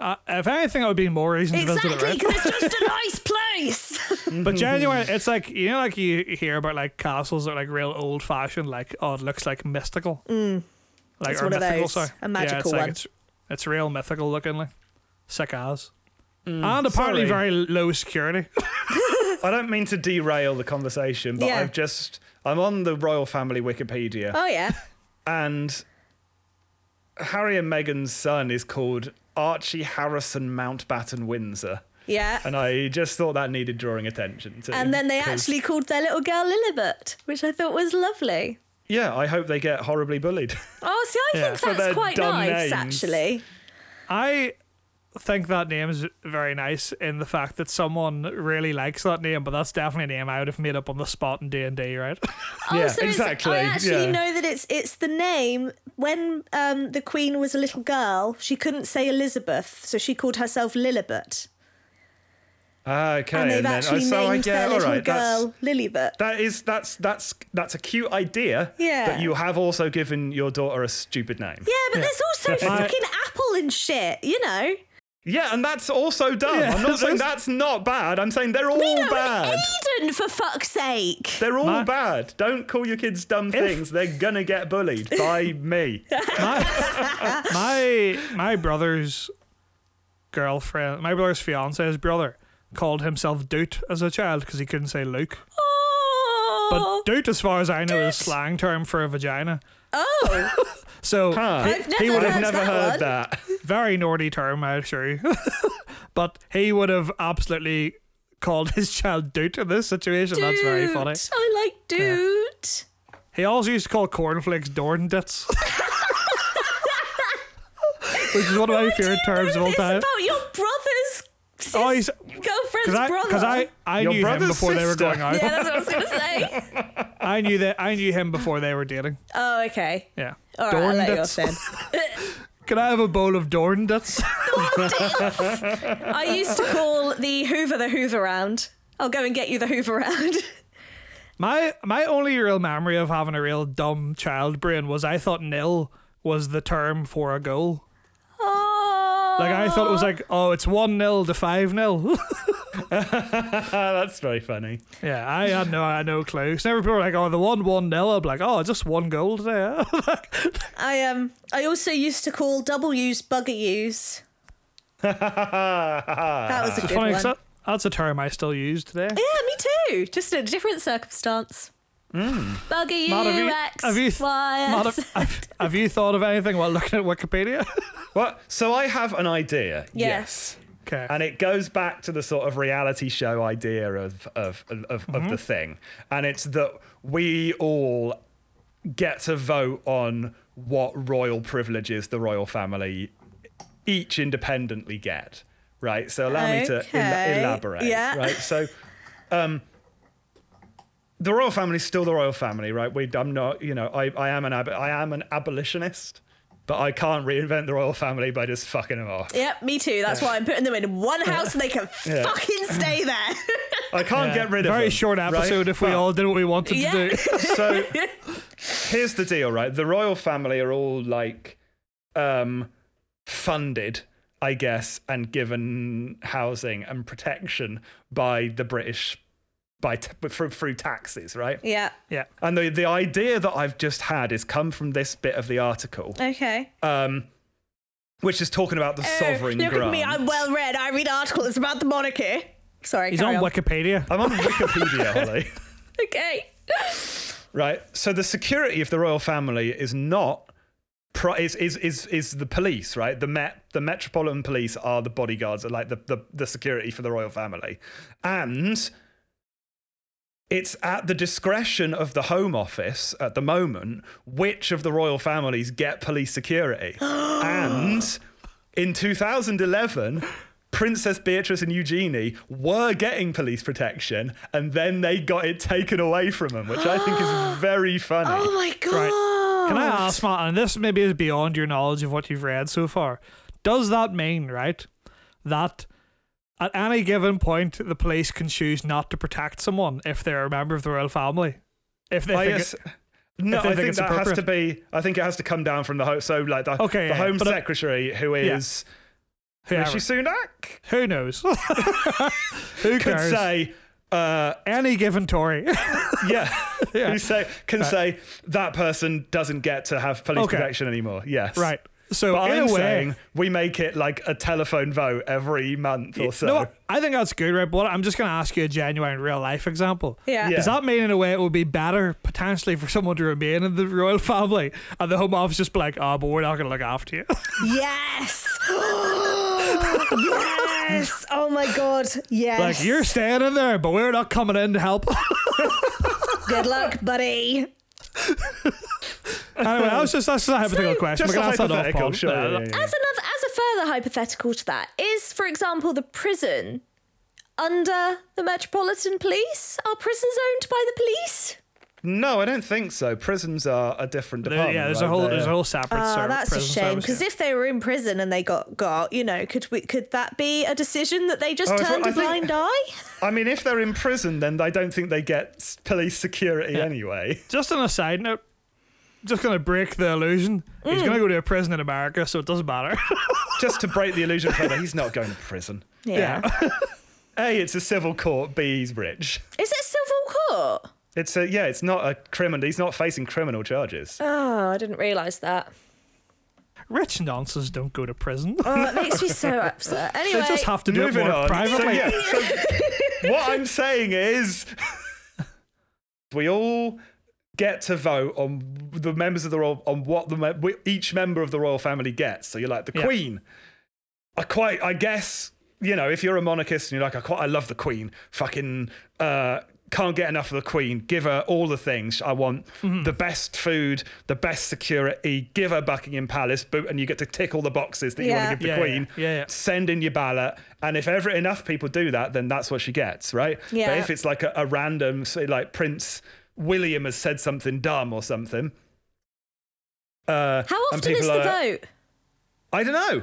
[SPEAKER 3] Uh, if anything, I would be more reason to visit it,
[SPEAKER 2] Exactly,
[SPEAKER 3] right?
[SPEAKER 2] because it's just a nice place.
[SPEAKER 3] But genuinely, it's like you know, like you hear about like castles that are like real old fashioned, like oh, it looks like mystical, like
[SPEAKER 5] Mm. It's
[SPEAKER 3] or
[SPEAKER 5] one of
[SPEAKER 3] mythical,
[SPEAKER 5] those,
[SPEAKER 3] sorry.
[SPEAKER 5] a
[SPEAKER 3] yeah, it's
[SPEAKER 5] magical
[SPEAKER 3] like,
[SPEAKER 5] one.
[SPEAKER 3] It's, it's real mythical looking, like sick as, and apparently
[SPEAKER 1] sorry.
[SPEAKER 3] very low security.
[SPEAKER 1] I don't mean to derail the conversation, but
[SPEAKER 5] Yeah.
[SPEAKER 1] I've just I'm on the royal family Wikipedia,
[SPEAKER 5] Oh yeah.
[SPEAKER 1] and Harry and Meghan's son is called Archie Harrison Mountbatten Windsor,
[SPEAKER 5] Yeah.
[SPEAKER 1] and I just thought that needed drawing attention to.
[SPEAKER 5] And then they
[SPEAKER 1] 'cause-
[SPEAKER 5] actually called their little girl Lilibet, which I thought was lovely.
[SPEAKER 1] yeah, I hope they get horribly bullied.
[SPEAKER 2] Oh, see, I
[SPEAKER 3] Yeah.
[SPEAKER 2] think
[SPEAKER 1] For
[SPEAKER 2] that's
[SPEAKER 1] their
[SPEAKER 2] quite
[SPEAKER 1] dumb
[SPEAKER 2] nice,
[SPEAKER 1] names.
[SPEAKER 2] actually.
[SPEAKER 5] Actually,
[SPEAKER 3] I think that name is very nice in the fact that someone really likes that name, but that's definitely a name I would have made up on the spot in D and D, right?
[SPEAKER 2] Oh,
[SPEAKER 1] Yeah,
[SPEAKER 2] so it's-
[SPEAKER 1] exactly,
[SPEAKER 5] I actually
[SPEAKER 1] yeah.
[SPEAKER 5] know that it's it's the name. When um, the Queen was a little girl, she couldn't say Elizabeth, so she called herself Lilibet,
[SPEAKER 1] Ah, okay,
[SPEAKER 5] and they've
[SPEAKER 1] then-
[SPEAKER 5] actually
[SPEAKER 1] so I
[SPEAKER 5] named
[SPEAKER 1] get-
[SPEAKER 5] their
[SPEAKER 1] all
[SPEAKER 5] little
[SPEAKER 1] right, that's-
[SPEAKER 5] girl Lilibet.
[SPEAKER 1] That is that's that's that's a cute idea.
[SPEAKER 5] Yeah.
[SPEAKER 1] But you have also given your daughter a stupid name.
[SPEAKER 5] Yeah, but there's also
[SPEAKER 3] I-
[SPEAKER 5] fucking apple and shit, you know.
[SPEAKER 1] Yeah, and that's also dumb. I'm not saying that's not bad. I'm saying they're all bad.
[SPEAKER 2] Eden, for fuck's sake.
[SPEAKER 1] They're all
[SPEAKER 3] My-
[SPEAKER 1] bad. Don't call your kids dumb things. They're gonna get bullied by me.
[SPEAKER 3] my, my my brother's girlfriend, my brother's fiance's brother, called himself Doot as a child because he couldn't say Luke.
[SPEAKER 2] Oh,
[SPEAKER 3] But Doot, as far as I know, is a slang term for a vagina.
[SPEAKER 5] Oh,
[SPEAKER 3] So
[SPEAKER 5] I've never
[SPEAKER 3] he would
[SPEAKER 5] heard,
[SPEAKER 1] I've never
[SPEAKER 5] that
[SPEAKER 1] heard
[SPEAKER 5] one.
[SPEAKER 1] that.
[SPEAKER 3] very naughty term, I assure you. but he would have absolutely called his child Doot in this situation. That's very funny.
[SPEAKER 2] Dude, I like dude.
[SPEAKER 3] He also used to call cornflakes Dorn dits. Which is one of my favorite terms of all
[SPEAKER 2] It's
[SPEAKER 3] time.
[SPEAKER 2] about your brother's sis-
[SPEAKER 3] Oh, he's-
[SPEAKER 2] girlfriend's
[SPEAKER 3] Because I,
[SPEAKER 2] brother.
[SPEAKER 3] 'cause I, I
[SPEAKER 1] Your
[SPEAKER 3] knew him
[SPEAKER 1] brother's
[SPEAKER 3] before they were
[SPEAKER 1] sister.
[SPEAKER 3] going out.
[SPEAKER 2] yeah, that's what I was gonna say.
[SPEAKER 3] I knew that I knew him before they were dating.
[SPEAKER 2] Oh, okay.
[SPEAKER 3] Yeah.
[SPEAKER 2] All right, I'll
[SPEAKER 3] Dorn
[SPEAKER 2] let you off
[SPEAKER 3] dits.
[SPEAKER 2] then.
[SPEAKER 3] Can I have a bowl of Dorn dits?
[SPEAKER 2] I used to call the Hoover the Hoover round. I'll go and get you the Hoover round.
[SPEAKER 3] My my only real memory of having a real dumb child brain was I thought nil was the term for a goal.
[SPEAKER 2] Oh,
[SPEAKER 3] Like I thought it was like, oh, it's one 0 to five 0
[SPEAKER 1] Ah, that's very funny.
[SPEAKER 3] Yeah, I had no I had no clue. 'Cause Never people were like, oh, the one one 0 I'm like, oh, just one goal today.
[SPEAKER 5] I um, I also used to call W's bugger U's. That was a good
[SPEAKER 3] Ah. Funny,
[SPEAKER 5] one.
[SPEAKER 3] 'cause that, that's a term I still use today.
[SPEAKER 2] Yeah, me too. Just in a different circumstance. Bugger you,
[SPEAKER 3] Matt, Hmm.
[SPEAKER 2] X,
[SPEAKER 3] have you- have you th-
[SPEAKER 2] Y,
[SPEAKER 3] Matt,
[SPEAKER 2] X.
[SPEAKER 3] have, have, have you thought of anything while looking at Wikipedia?
[SPEAKER 1] What? So I have an idea.
[SPEAKER 5] Yes.
[SPEAKER 3] okay.
[SPEAKER 1] And it goes back to the sort of reality show idea of of of, of
[SPEAKER 5] Mm-hmm.
[SPEAKER 1] the thing, and it's that we all get to vote on what royal privileges the royal family each independently get. Right. So allow me to el-
[SPEAKER 5] Okay.
[SPEAKER 1] elaborate.
[SPEAKER 5] Yeah.
[SPEAKER 1] Right. So. Um, the royal family is still the royal family, right? We, I'm not, you know, I, I am an ab- I am an abolitionist, but I can't reinvent the royal family by just fucking them off.
[SPEAKER 5] Yep, me too. That's why I'm putting them in one house and they can
[SPEAKER 1] Yeah.
[SPEAKER 5] fucking stay there.
[SPEAKER 1] I can't get rid of
[SPEAKER 3] Very
[SPEAKER 1] them,
[SPEAKER 3] short
[SPEAKER 1] right?
[SPEAKER 3] episode if we
[SPEAKER 1] But-
[SPEAKER 3] all did what we wanted
[SPEAKER 2] Yeah.
[SPEAKER 3] to do.
[SPEAKER 1] so here's the deal, right? The royal family are all like um funded, I guess, and given housing and protection by the British by t- through, through taxes, right?
[SPEAKER 5] yeah.
[SPEAKER 3] Yeah.
[SPEAKER 1] And the the idea that I've just had is come from this bit of the article,
[SPEAKER 5] Okay.
[SPEAKER 1] um, which is talking about the
[SPEAKER 2] Oh,
[SPEAKER 1] sovereign
[SPEAKER 5] Eh, Look at me.
[SPEAKER 1] grant.
[SPEAKER 5] I'm well read. I read articles about the monarchy. Sorry.
[SPEAKER 3] He's
[SPEAKER 5] carry
[SPEAKER 3] on Wikipedia.
[SPEAKER 1] I'm on Wikipedia, Holly.
[SPEAKER 2] okay.
[SPEAKER 1] right? So the security of the royal family is not pri- is, is is is the police, right? The met the metropolitan police are the bodyguards, are like the, the the security for the royal family, and it's at the discretion of the Home Office at the moment which of the royal families get police security, and in 2011. Princess Beatrice and Eugenie were getting police protection, and then they got it taken away from them, which I think is very funny.
[SPEAKER 5] Oh my god.
[SPEAKER 3] Right. Can I ask, Matt, and this maybe is beyond your knowledge of what you've read so far, does that mean, right, that at any given point the police can choose not to protect someone if they're a member of the royal family? If they
[SPEAKER 1] I
[SPEAKER 3] think
[SPEAKER 1] guess. No,
[SPEAKER 3] if
[SPEAKER 1] I
[SPEAKER 3] they
[SPEAKER 1] think,
[SPEAKER 3] think it's
[SPEAKER 1] that has to be. I think it has to come down from the home. So, like the,
[SPEAKER 3] Okay,
[SPEAKER 1] the
[SPEAKER 3] yeah,
[SPEAKER 1] home
[SPEAKER 3] but I-
[SPEAKER 1] secretary, who
[SPEAKER 3] Yeah.
[SPEAKER 1] is
[SPEAKER 3] Whoever.
[SPEAKER 1] Rishi Sunak
[SPEAKER 3] Who knows? Who
[SPEAKER 1] could
[SPEAKER 3] cares?
[SPEAKER 1] say, uh,
[SPEAKER 3] Any given Tory.
[SPEAKER 1] yeah,
[SPEAKER 3] Yeah.
[SPEAKER 1] Who say, can say that person doesn't get to have police
[SPEAKER 3] Okay.
[SPEAKER 1] protection anymore. Yes.
[SPEAKER 3] right. So
[SPEAKER 1] But
[SPEAKER 3] in
[SPEAKER 1] I'm
[SPEAKER 3] a way,
[SPEAKER 1] saying we make it like a telephone vote every month or so.
[SPEAKER 3] No, I think that's good, right? But I'm just going to ask you a genuine real life example.
[SPEAKER 2] Yeah.
[SPEAKER 1] Yeah.
[SPEAKER 3] Does that mean, in a way, it would be better potentially for someone to remain in the royal family and the Home Office just be like, oh, but we're not going to look after you?
[SPEAKER 2] Yes. yes. Oh my god. Yes.
[SPEAKER 3] like, you're staying in there, but we're not coming in to help.
[SPEAKER 2] Good luck, buddy.
[SPEAKER 3] anyway, that was just, that's just a hypothetical question.
[SPEAKER 1] Just
[SPEAKER 3] We can
[SPEAKER 1] a
[SPEAKER 3] ask that off
[SPEAKER 1] hypothetical,
[SPEAKER 3] pod.
[SPEAKER 1] sure.
[SPEAKER 3] No,
[SPEAKER 1] yeah,
[SPEAKER 3] no.
[SPEAKER 1] yeah, yeah.
[SPEAKER 6] As another, as a further hypothetical to that is, for example, the prison under the Metropolitan Police. Are prisons owned by the police?
[SPEAKER 1] No, I don't think so. Prisons are a different
[SPEAKER 3] There-
[SPEAKER 1] department.
[SPEAKER 3] yeah, there's
[SPEAKER 1] right?
[SPEAKER 3] a whole
[SPEAKER 1] They're-
[SPEAKER 3] there's a whole separate
[SPEAKER 2] Oh,
[SPEAKER 3] service.
[SPEAKER 2] that's a
[SPEAKER 3] prison
[SPEAKER 2] shame.
[SPEAKER 3] service.
[SPEAKER 2] Because if they were in prison and they got got, you know, could we could that be a decision that they just
[SPEAKER 1] Oh, I thought-
[SPEAKER 2] turned
[SPEAKER 1] I
[SPEAKER 2] a
[SPEAKER 1] think-
[SPEAKER 2] blind eye?
[SPEAKER 1] I mean, if they're in prison, then I don't think they get s- police security anyway.
[SPEAKER 3] Just on a side note, just going to break the illusion. He's
[SPEAKER 2] Mm.
[SPEAKER 3] going to go to a prison in America, so it doesn't matter.
[SPEAKER 1] Just to break the illusion further, he's not going to prison.
[SPEAKER 2] Yeah.
[SPEAKER 1] A, it's a civil court. B, he's rich.
[SPEAKER 6] Is it civil court?
[SPEAKER 1] It's a yeah. It's not a criminal. He's not facing criminal charges.
[SPEAKER 6] Oh, I didn't realise that.
[SPEAKER 3] Rich nonsense don't go to prison.
[SPEAKER 6] Oh, it makes me so upset.
[SPEAKER 3] They
[SPEAKER 6] Anyway,
[SPEAKER 3] just have to do it
[SPEAKER 1] Moving
[SPEAKER 3] more
[SPEAKER 1] on.
[SPEAKER 3] privately.
[SPEAKER 1] So, yeah, so what I'm saying is, we all get to vote on the members of the royal on what the me- we- each member of the royal family gets. So you're like the
[SPEAKER 3] Yeah.
[SPEAKER 1] queen. I quite. I guess you know if you're a monarchist and you're like I quite. I love the queen. Fucking. Uh, can't get enough of the queen. Give her all the things I want:
[SPEAKER 3] Mm-hmm.
[SPEAKER 1] the best food, the best security. Give her Buckingham Palace, boot, and you get to tick all the boxes that you want
[SPEAKER 2] Yeah.
[SPEAKER 1] to give the
[SPEAKER 3] Yeah, yeah,
[SPEAKER 1] queen
[SPEAKER 3] yeah, yeah.
[SPEAKER 1] send in your ballot and if ever enough people do that then that's what she gets right
[SPEAKER 2] Yeah.
[SPEAKER 1] but if it's like a, a random say like prince william has said something dumb or something uh
[SPEAKER 6] how
[SPEAKER 1] and
[SPEAKER 6] often is
[SPEAKER 1] people
[SPEAKER 6] the
[SPEAKER 1] are-
[SPEAKER 6] vote?
[SPEAKER 1] i don't know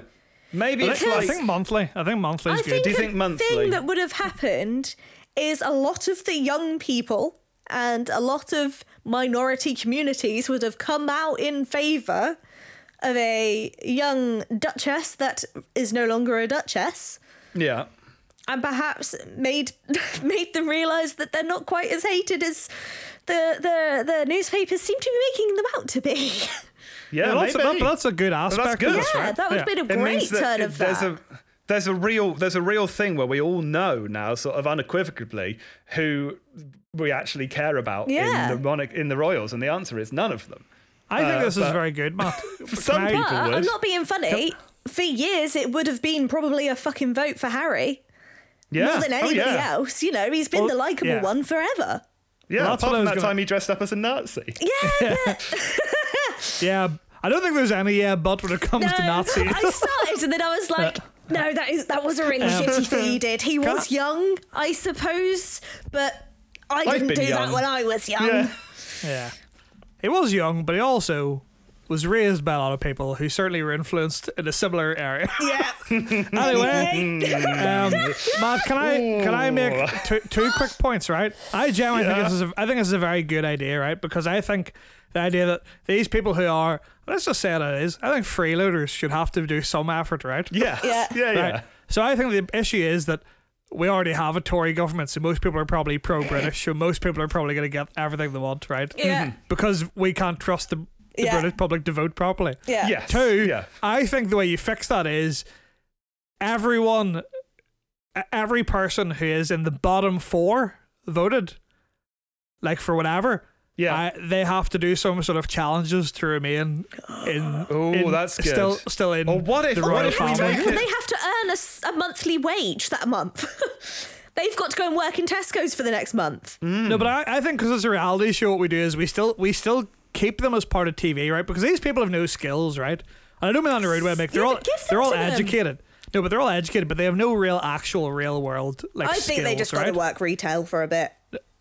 [SPEAKER 1] maybe
[SPEAKER 3] I
[SPEAKER 1] it's
[SPEAKER 3] think, I
[SPEAKER 1] like
[SPEAKER 3] think monthly. I think monthly
[SPEAKER 2] I
[SPEAKER 3] is good.
[SPEAKER 2] think
[SPEAKER 1] Do you think
[SPEAKER 2] the
[SPEAKER 1] monthly?
[SPEAKER 2] thing that would have happened is a lot of the young people and a lot of minority communities would have come out in favour of a young duchess that is no longer a duchess.
[SPEAKER 1] yeah
[SPEAKER 2] and perhaps made made them realise that they're not quite as hated as the the the newspapers seem to be making them out to be.
[SPEAKER 1] yeah
[SPEAKER 3] Yeah, that's, a,
[SPEAKER 1] uh, maybe.
[SPEAKER 3] that- that's a good aspect.
[SPEAKER 1] good.
[SPEAKER 3] Of this,
[SPEAKER 1] Yeah,
[SPEAKER 3] right?
[SPEAKER 2] that would have been a
[SPEAKER 1] It
[SPEAKER 2] great
[SPEAKER 1] means that
[SPEAKER 2] turn
[SPEAKER 1] it-
[SPEAKER 2] of
[SPEAKER 1] there's
[SPEAKER 2] that.
[SPEAKER 1] a there's a real there's a real thing where we all know now sort of unequivocally who we actually care about
[SPEAKER 2] Yeah.
[SPEAKER 1] in the monarch in the royals and the answer is none of them
[SPEAKER 3] I think
[SPEAKER 1] Uh,
[SPEAKER 3] this is
[SPEAKER 1] but-
[SPEAKER 3] very good, Matt.
[SPEAKER 1] some
[SPEAKER 3] I-
[SPEAKER 1] people
[SPEAKER 2] but
[SPEAKER 1] would
[SPEAKER 2] I'm not being funny. For years, it would have been probably a fucking vote for Harry
[SPEAKER 1] yeah.
[SPEAKER 2] more than
[SPEAKER 1] Oh,
[SPEAKER 2] anybody
[SPEAKER 1] yeah.
[SPEAKER 2] else. You know, he's been
[SPEAKER 3] Well,
[SPEAKER 2] the likable
[SPEAKER 3] yeah.
[SPEAKER 2] one forever.
[SPEAKER 1] Yeah,
[SPEAKER 3] Well,
[SPEAKER 1] apart
[SPEAKER 3] that's what I
[SPEAKER 1] from
[SPEAKER 3] was
[SPEAKER 1] that
[SPEAKER 3] gonna-
[SPEAKER 1] time he dressed up as a Nazi.
[SPEAKER 2] Yeah,
[SPEAKER 3] Yeah, I don't think there's any yeah, but when it comes
[SPEAKER 2] no,
[SPEAKER 3] to Nazis.
[SPEAKER 2] I started and then I was like, no, that is that was a really
[SPEAKER 1] Um,
[SPEAKER 2] shitty thing he did. He was
[SPEAKER 3] I-
[SPEAKER 2] young, I suppose, but I
[SPEAKER 1] I've
[SPEAKER 2] didn't
[SPEAKER 1] been
[SPEAKER 2] do that
[SPEAKER 1] young.
[SPEAKER 2] when I was young.
[SPEAKER 1] Yeah.
[SPEAKER 3] yeah, he was young, but he also was raised by a lot of people who certainly were influenced in a similar area.
[SPEAKER 2] Yeah.
[SPEAKER 3] anyway,
[SPEAKER 1] Mm.
[SPEAKER 3] um, Matt, can I can I make two, two quick points? Right, I genuinely
[SPEAKER 1] Yeah.
[SPEAKER 3] think this is a, I think this is a very good idea, right? Because I think the idea that these people who are let's just say it is, I think freeloaders should have to do some effort, right?
[SPEAKER 1] Yeah.
[SPEAKER 2] Yeah.
[SPEAKER 1] Yeah, yeah.
[SPEAKER 3] Right. So I think the issue is that we already have a Tory government, so most people are probably pro British, so most people are probably going to get everything they want, right?
[SPEAKER 2] Yeah.
[SPEAKER 1] Mm-hmm.
[SPEAKER 2] Mhm.
[SPEAKER 3] Because we can't trust the, the
[SPEAKER 2] Yeah.
[SPEAKER 3] British public to vote properly.
[SPEAKER 2] Yeah.
[SPEAKER 1] Yes.
[SPEAKER 3] Two,
[SPEAKER 1] Yeah.
[SPEAKER 3] I think the way you fix that is everyone, e- every person who is in the bottom four voted, like for whatever.
[SPEAKER 1] Yeah.
[SPEAKER 3] I, they have to do some sort of challenges to remain in.
[SPEAKER 1] Ooh,
[SPEAKER 3] in-
[SPEAKER 1] that's good.
[SPEAKER 3] Still, still in.
[SPEAKER 1] Or what if-
[SPEAKER 3] the
[SPEAKER 1] what
[SPEAKER 3] royal
[SPEAKER 1] if we
[SPEAKER 3] family.
[SPEAKER 1] take
[SPEAKER 2] Well, they have to earn a, s- a monthly wage that month. They've got to go and work in Tesco's for the next month.
[SPEAKER 3] No, but I, I think because it's a reality show, what we do is we still we still keep them as part of TV, right? Because these people have no skills, right? And I don't mean that in a rude way, Mick. They're
[SPEAKER 2] Yeah,
[SPEAKER 3] all
[SPEAKER 2] but give them
[SPEAKER 3] they're all
[SPEAKER 2] to them.
[SPEAKER 3] educated. No, but they're all educated, but they have no real actual real world like
[SPEAKER 2] I think they
[SPEAKER 3] skills,
[SPEAKER 2] just
[SPEAKER 3] right?
[SPEAKER 2] got to work retail for a bit.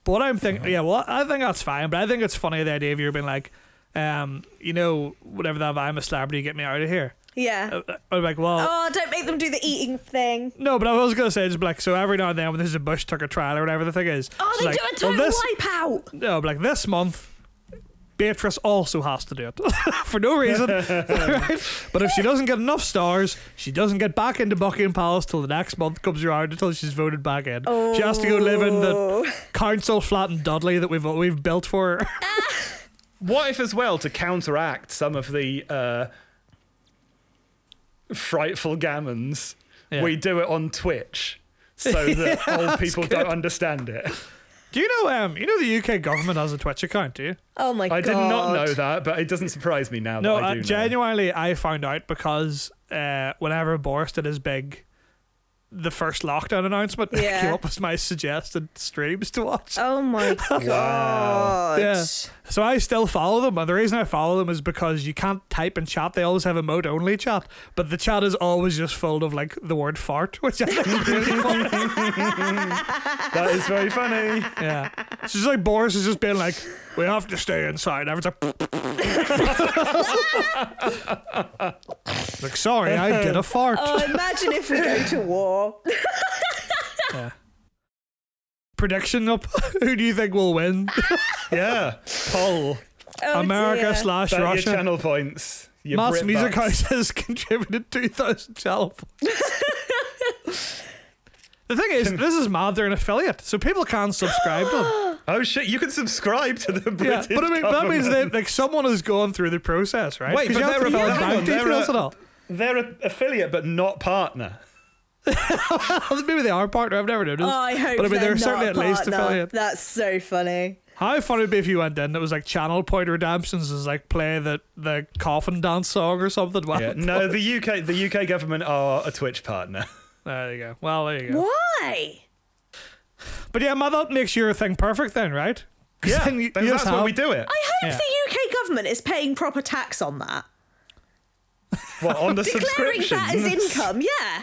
[SPEAKER 3] But what I'm thinking, yeah, well, I think that's fine. But I think it's funny the idea of you being like, um, you know, whatever that I'm a celebrity, get me out of here. Uh,
[SPEAKER 2] Yeah.
[SPEAKER 3] I'm like, well,
[SPEAKER 2] Oh, don't make them do the eating thing.
[SPEAKER 3] no, but I was gonna say just be like, so every now and then when this is a Bush Tucker trial or whatever the thing is,
[SPEAKER 2] Oh,
[SPEAKER 3] it's
[SPEAKER 2] they
[SPEAKER 3] like,
[SPEAKER 2] do a
[SPEAKER 3] well,
[SPEAKER 2] total
[SPEAKER 3] this,
[SPEAKER 2] wipeout.
[SPEAKER 3] No, but like this month, Beatrice also has to do it for no reason. right? But if she doesn't get enough stars, she doesn't get back into Buckingham Palace till the next month comes around until she's voted back in. She has to go live in
[SPEAKER 2] Oh.
[SPEAKER 3] the council flat in Dudley that we've we've built for her.
[SPEAKER 1] What if, as well, to counteract some of the uh, frightful gammons,
[SPEAKER 3] Yeah.
[SPEAKER 1] we do it on Twitch so that old people don't understand it.
[SPEAKER 3] do you know um you know the UK government has a Twitch account, do you?
[SPEAKER 2] Oh my
[SPEAKER 1] I
[SPEAKER 2] god.
[SPEAKER 1] did not know that, but it doesn't surprise me now.
[SPEAKER 3] No,
[SPEAKER 1] that I
[SPEAKER 3] uh,
[SPEAKER 1] do know.
[SPEAKER 3] genuinely, I found out because uh, whenever Boris did his big, the first lockdown announcement, it
[SPEAKER 2] Yeah.
[SPEAKER 3] came up as my suggested streams to watch.
[SPEAKER 2] Oh my god.
[SPEAKER 3] Yeah. So I still follow them, and the reason I follow them is because you can't type in chat. They always have a mode only chat, but the chat is always just full of like the word fart, which I think is really funny.
[SPEAKER 1] That is very funny.
[SPEAKER 3] Yeah. It's just like Boris has just been like, we have to stay inside. Everyone's like, like, sorry, I did a fart.
[SPEAKER 2] Oh, imagine if we go to war.
[SPEAKER 3] Prediction up. Who do you think will win?
[SPEAKER 1] Yeah, poll.
[SPEAKER 2] Oh,
[SPEAKER 3] America
[SPEAKER 2] dear.
[SPEAKER 3] slash
[SPEAKER 1] Don't your
[SPEAKER 3] Russia.
[SPEAKER 1] channel points. Your
[SPEAKER 3] Mass
[SPEAKER 1] Brit
[SPEAKER 3] Music
[SPEAKER 1] bucks.
[SPEAKER 3] House has contributed 2,000 channel points. the thing is, this is mad. They're an affiliate, so people can subscribe to them.
[SPEAKER 1] Oh shit! You can subscribe to the
[SPEAKER 3] Yeah,
[SPEAKER 1] British.
[SPEAKER 3] but I mean, that means that like someone has gone through the process, right?
[SPEAKER 1] Wait,
[SPEAKER 3] 'Cause
[SPEAKER 1] but
[SPEAKER 3] you have
[SPEAKER 1] they're
[SPEAKER 3] to fill in
[SPEAKER 1] a- hang
[SPEAKER 3] bank
[SPEAKER 1] on, they're
[SPEAKER 3] details
[SPEAKER 1] a-
[SPEAKER 3] and all.
[SPEAKER 1] they're a affiliate, but not partner.
[SPEAKER 3] Maybe they are a partner. I've never noticed.
[SPEAKER 2] Oh, I hope
[SPEAKER 3] But I mean,
[SPEAKER 2] they're,
[SPEAKER 3] they're,
[SPEAKER 2] not
[SPEAKER 3] certainly
[SPEAKER 2] a
[SPEAKER 3] at least
[SPEAKER 2] partner.
[SPEAKER 3] affiliate.
[SPEAKER 2] That's so funny.
[SPEAKER 3] How funny would it be if you went in and it was like Channel Point Redemptions is like play the, the coffin dance song or something? Wow.
[SPEAKER 1] Yeah. No, the UK, the UK government are a Twitch partner.
[SPEAKER 3] There you go. Well, there you go.
[SPEAKER 2] Why?
[SPEAKER 3] But yeah, man, that makes your thing perfect then, right? 'Cause
[SPEAKER 1] Yeah,
[SPEAKER 3] then you-
[SPEAKER 1] that's,
[SPEAKER 3] you
[SPEAKER 1] that's
[SPEAKER 3] just
[SPEAKER 1] why
[SPEAKER 3] have-
[SPEAKER 1] we do it.
[SPEAKER 2] I hope
[SPEAKER 3] Yeah.
[SPEAKER 2] the UK government is paying proper tax on that.
[SPEAKER 1] What on the
[SPEAKER 2] Declaring
[SPEAKER 1] subscription?
[SPEAKER 2] that as income, yeah.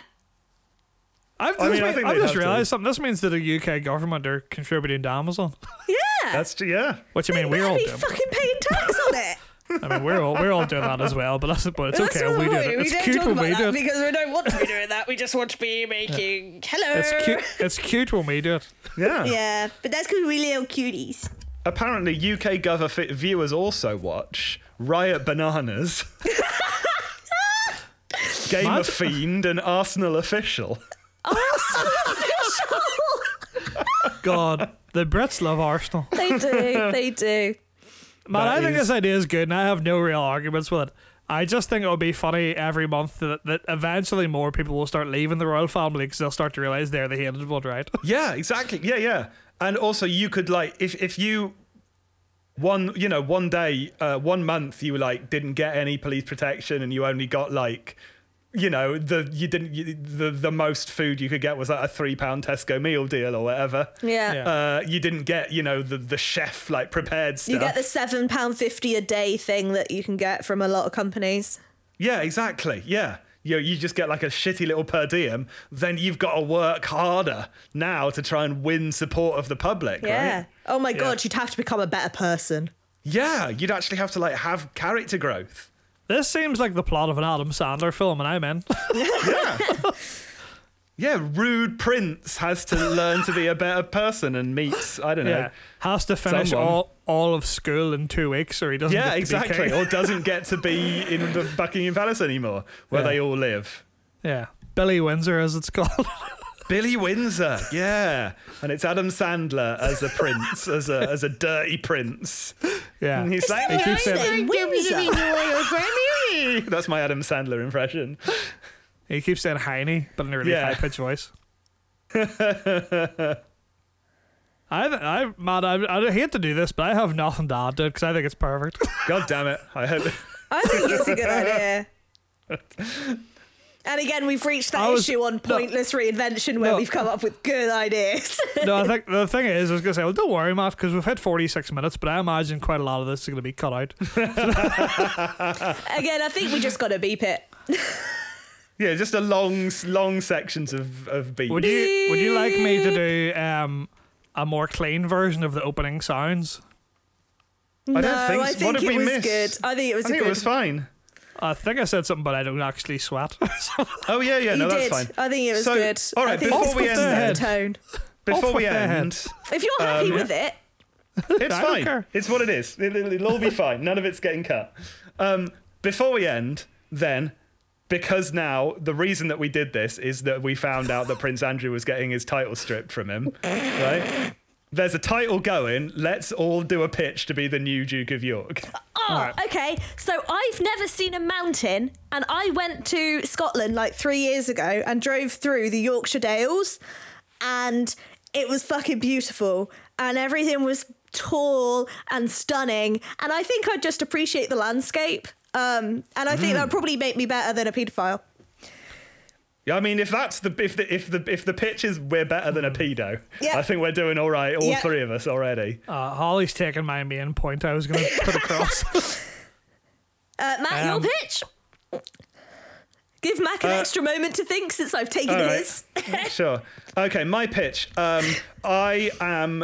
[SPEAKER 3] I've
[SPEAKER 1] I
[SPEAKER 3] just,
[SPEAKER 1] mean, I think
[SPEAKER 3] I've
[SPEAKER 1] they'd
[SPEAKER 3] just
[SPEAKER 1] have to.
[SPEAKER 3] realized something. This means that the UK government are contributing to Amazon,
[SPEAKER 2] Yeah.
[SPEAKER 1] That's yeah.
[SPEAKER 3] which I mean,
[SPEAKER 2] They'd
[SPEAKER 3] we're all
[SPEAKER 2] be
[SPEAKER 3] doing.
[SPEAKER 2] fucking paying tax on it.
[SPEAKER 3] I mean, we're all we're all doing that as well. But that's but it's
[SPEAKER 2] That's
[SPEAKER 3] okay.
[SPEAKER 2] what
[SPEAKER 3] We do
[SPEAKER 2] do.
[SPEAKER 3] it.
[SPEAKER 2] We
[SPEAKER 3] It's
[SPEAKER 2] don't
[SPEAKER 3] cute
[SPEAKER 2] talk
[SPEAKER 3] when
[SPEAKER 2] about
[SPEAKER 3] we do
[SPEAKER 2] that
[SPEAKER 3] it.
[SPEAKER 2] because we don't want to be doing that. We just want to be making hello.
[SPEAKER 3] It's cute. It's cute when we do it.
[SPEAKER 1] Yeah.
[SPEAKER 2] Yeah, but that's because we're little cuties.
[SPEAKER 1] Apparently, UK Gov fi- viewers also watch Riot Bananas, Gamer Fiend, and Arsenal Official.
[SPEAKER 3] God, the Brits love Arsenal.
[SPEAKER 2] They do. They do.
[SPEAKER 3] Man,
[SPEAKER 1] That
[SPEAKER 3] I think
[SPEAKER 1] is-
[SPEAKER 3] this idea is good, and I have no real arguments with it. I just think it would be funny every month that, that eventually more people will start leaving the royal family because they'll start to realize they're the hated one, right?
[SPEAKER 1] Yeah, exactly. Yeah, yeah. And also, you could like if if you one you know one day uh, one month you like didn't get any police protection and you only got like you know the you didn't you, the the most food you could get was like a three pound Tesco meal deal or whatever.
[SPEAKER 2] Yeah.
[SPEAKER 3] Yeah.
[SPEAKER 1] Uh, you didn't get you know the the chef like prepared stuff.
[SPEAKER 2] You get the seven pound fifty a day thing that you can get from a lot of companies.
[SPEAKER 1] Yeah, exactly. Yeah. You, you just get like a shitty little per diem, then you've got to work harder now to try and win support of the public,
[SPEAKER 2] Yeah.
[SPEAKER 1] right?
[SPEAKER 2] Oh my god, you'd have to become a better person.
[SPEAKER 1] Yeah, you'd actually have to like have character growth.
[SPEAKER 3] This seems like the plot of an Adam Sandler film, and I'm in.
[SPEAKER 1] Yeah, rude prince has to learn to be a better person and meets I don't know.
[SPEAKER 3] yeah.
[SPEAKER 1] Yeah,
[SPEAKER 3] Has to finish
[SPEAKER 1] Someone.
[SPEAKER 3] all, all of school in two weeks or he doesn't get to Be
[SPEAKER 1] exactly.
[SPEAKER 3] king.
[SPEAKER 1] Or doesn't get to be in the Buckingham Palace anymore, where
[SPEAKER 3] Yeah.
[SPEAKER 1] they all live.
[SPEAKER 3] Yeah. Billy Windsor, as it's called.
[SPEAKER 1] Billy Windsor, yeah, and it's Adam Sandler as a prince, as a as a dirty prince.
[SPEAKER 3] yeah.
[SPEAKER 1] And he's like,
[SPEAKER 3] He keeps
[SPEAKER 2] Then
[SPEAKER 3] saying,
[SPEAKER 2] Windsor.
[SPEAKER 1] That's my Adam Sandler impression.
[SPEAKER 3] he keeps saying Heine, but in a really
[SPEAKER 1] Yeah.
[SPEAKER 3] high pitched voice. I, I, man, I, I hate to do this, but I have nothing to add to it because I think it's perfect.
[SPEAKER 1] God damn it! I hope.
[SPEAKER 2] I think it's a good idea. And again, we've reached that
[SPEAKER 3] I was-
[SPEAKER 2] issue on pointless reinvention where
[SPEAKER 3] No.
[SPEAKER 2] we've come up with good ideas.
[SPEAKER 3] no, I think the thing is, I was gonna say, well, don't worry, Matt, because we've had 46 minutes, but I imagine quite a lot of this is gonna be cut out.
[SPEAKER 2] again, I think we just got to beep it.
[SPEAKER 1] Yeah, just a long, long sections of of beat.
[SPEAKER 3] Would you Would you like me to do um, a more clean version of the opening sounds?
[SPEAKER 1] I
[SPEAKER 2] no,
[SPEAKER 1] don't think.
[SPEAKER 2] I
[SPEAKER 1] so.
[SPEAKER 2] think
[SPEAKER 1] what did
[SPEAKER 2] it
[SPEAKER 1] we
[SPEAKER 2] was
[SPEAKER 1] miss?
[SPEAKER 2] good. I think it was
[SPEAKER 1] I
[SPEAKER 2] a
[SPEAKER 1] think
[SPEAKER 2] good.
[SPEAKER 1] it was fine.
[SPEAKER 3] I think I said something, but I don't actually sweat.
[SPEAKER 1] Oh yeah, yeah, no,
[SPEAKER 2] you
[SPEAKER 1] that's
[SPEAKER 2] did.
[SPEAKER 1] fine.
[SPEAKER 2] I think it was
[SPEAKER 1] So,
[SPEAKER 2] good.
[SPEAKER 1] all
[SPEAKER 2] I
[SPEAKER 1] right,
[SPEAKER 2] think
[SPEAKER 1] before
[SPEAKER 2] it's
[SPEAKER 1] we end
[SPEAKER 2] got to set
[SPEAKER 3] that-
[SPEAKER 2] the tone.
[SPEAKER 1] Before
[SPEAKER 3] Off
[SPEAKER 1] we
[SPEAKER 3] with their
[SPEAKER 1] end,
[SPEAKER 2] If you're happy with it,
[SPEAKER 1] It's
[SPEAKER 3] I don't
[SPEAKER 1] fine.
[SPEAKER 3] care.
[SPEAKER 1] It's what it is. It, it, it'll all be fine. None of it's getting cut. Um, before we end, then, because now the reason that we did this is that we found out that Prince Andrew was getting his title stripped from him, right? There's a title going. Let's all do a pitch to be the new Duke of York.
[SPEAKER 2] Oh,
[SPEAKER 3] Right.
[SPEAKER 2] okay.
[SPEAKER 5] So I've never seen a mountain, and I went to Scotland like three years ago and drove through the Yorkshire Dales, and it was fucking beautiful, and everything was tall and stunning, and I think I'd just appreciate the landscape, um, and I think that would probably make me better than a paedophile.
[SPEAKER 1] Yeah, I mean, if that's the if the if the if the pitch is we're better than a pedo,
[SPEAKER 5] Yeah.
[SPEAKER 1] I think we're doing all right. All
[SPEAKER 5] Yeah.
[SPEAKER 1] three of us already.
[SPEAKER 3] Uh, Holly's taking my main point I was going to put across.
[SPEAKER 5] Uh, Matt,
[SPEAKER 3] Um,
[SPEAKER 5] your pitch. Give Mac an extra moment to think since I've taken
[SPEAKER 1] All right.
[SPEAKER 5] his.
[SPEAKER 1] sure. Okay, my pitch. Um, I am.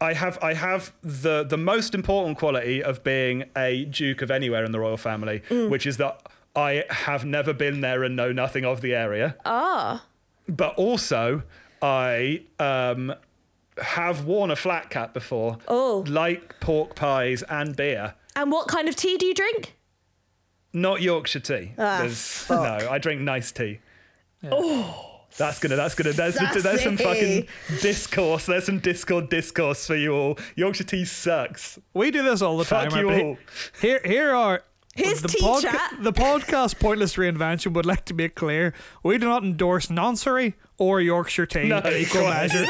[SPEAKER 1] I have I have the the most important quality of being a duke of anywhere in the royal family, which is that I have never been there and know nothing of the area. Ah. But also, I um, have worn a flat cap before.
[SPEAKER 5] Oh.
[SPEAKER 1] Like pork pies and beer.
[SPEAKER 2] And what kind of tea do you drink?
[SPEAKER 1] Not Yorkshire tea. There's- no, I drink nice tea. Oh, that's gonna, that's gonna, there's, there's some
[SPEAKER 5] sassy.
[SPEAKER 1] fucking discourse. There's some Discord discourse for you all. Yorkshire tea sucks.
[SPEAKER 3] We do this all the
[SPEAKER 1] Fuck
[SPEAKER 3] time.
[SPEAKER 1] you
[SPEAKER 3] right?
[SPEAKER 1] all.
[SPEAKER 3] Here, here are
[SPEAKER 5] Here's tea chat.
[SPEAKER 3] The podcast pointless reinvention would like to make clear we do not endorse nonsery or Yorkshire tea
[SPEAKER 1] No,
[SPEAKER 3] in equal
[SPEAKER 1] quite.
[SPEAKER 3] measure.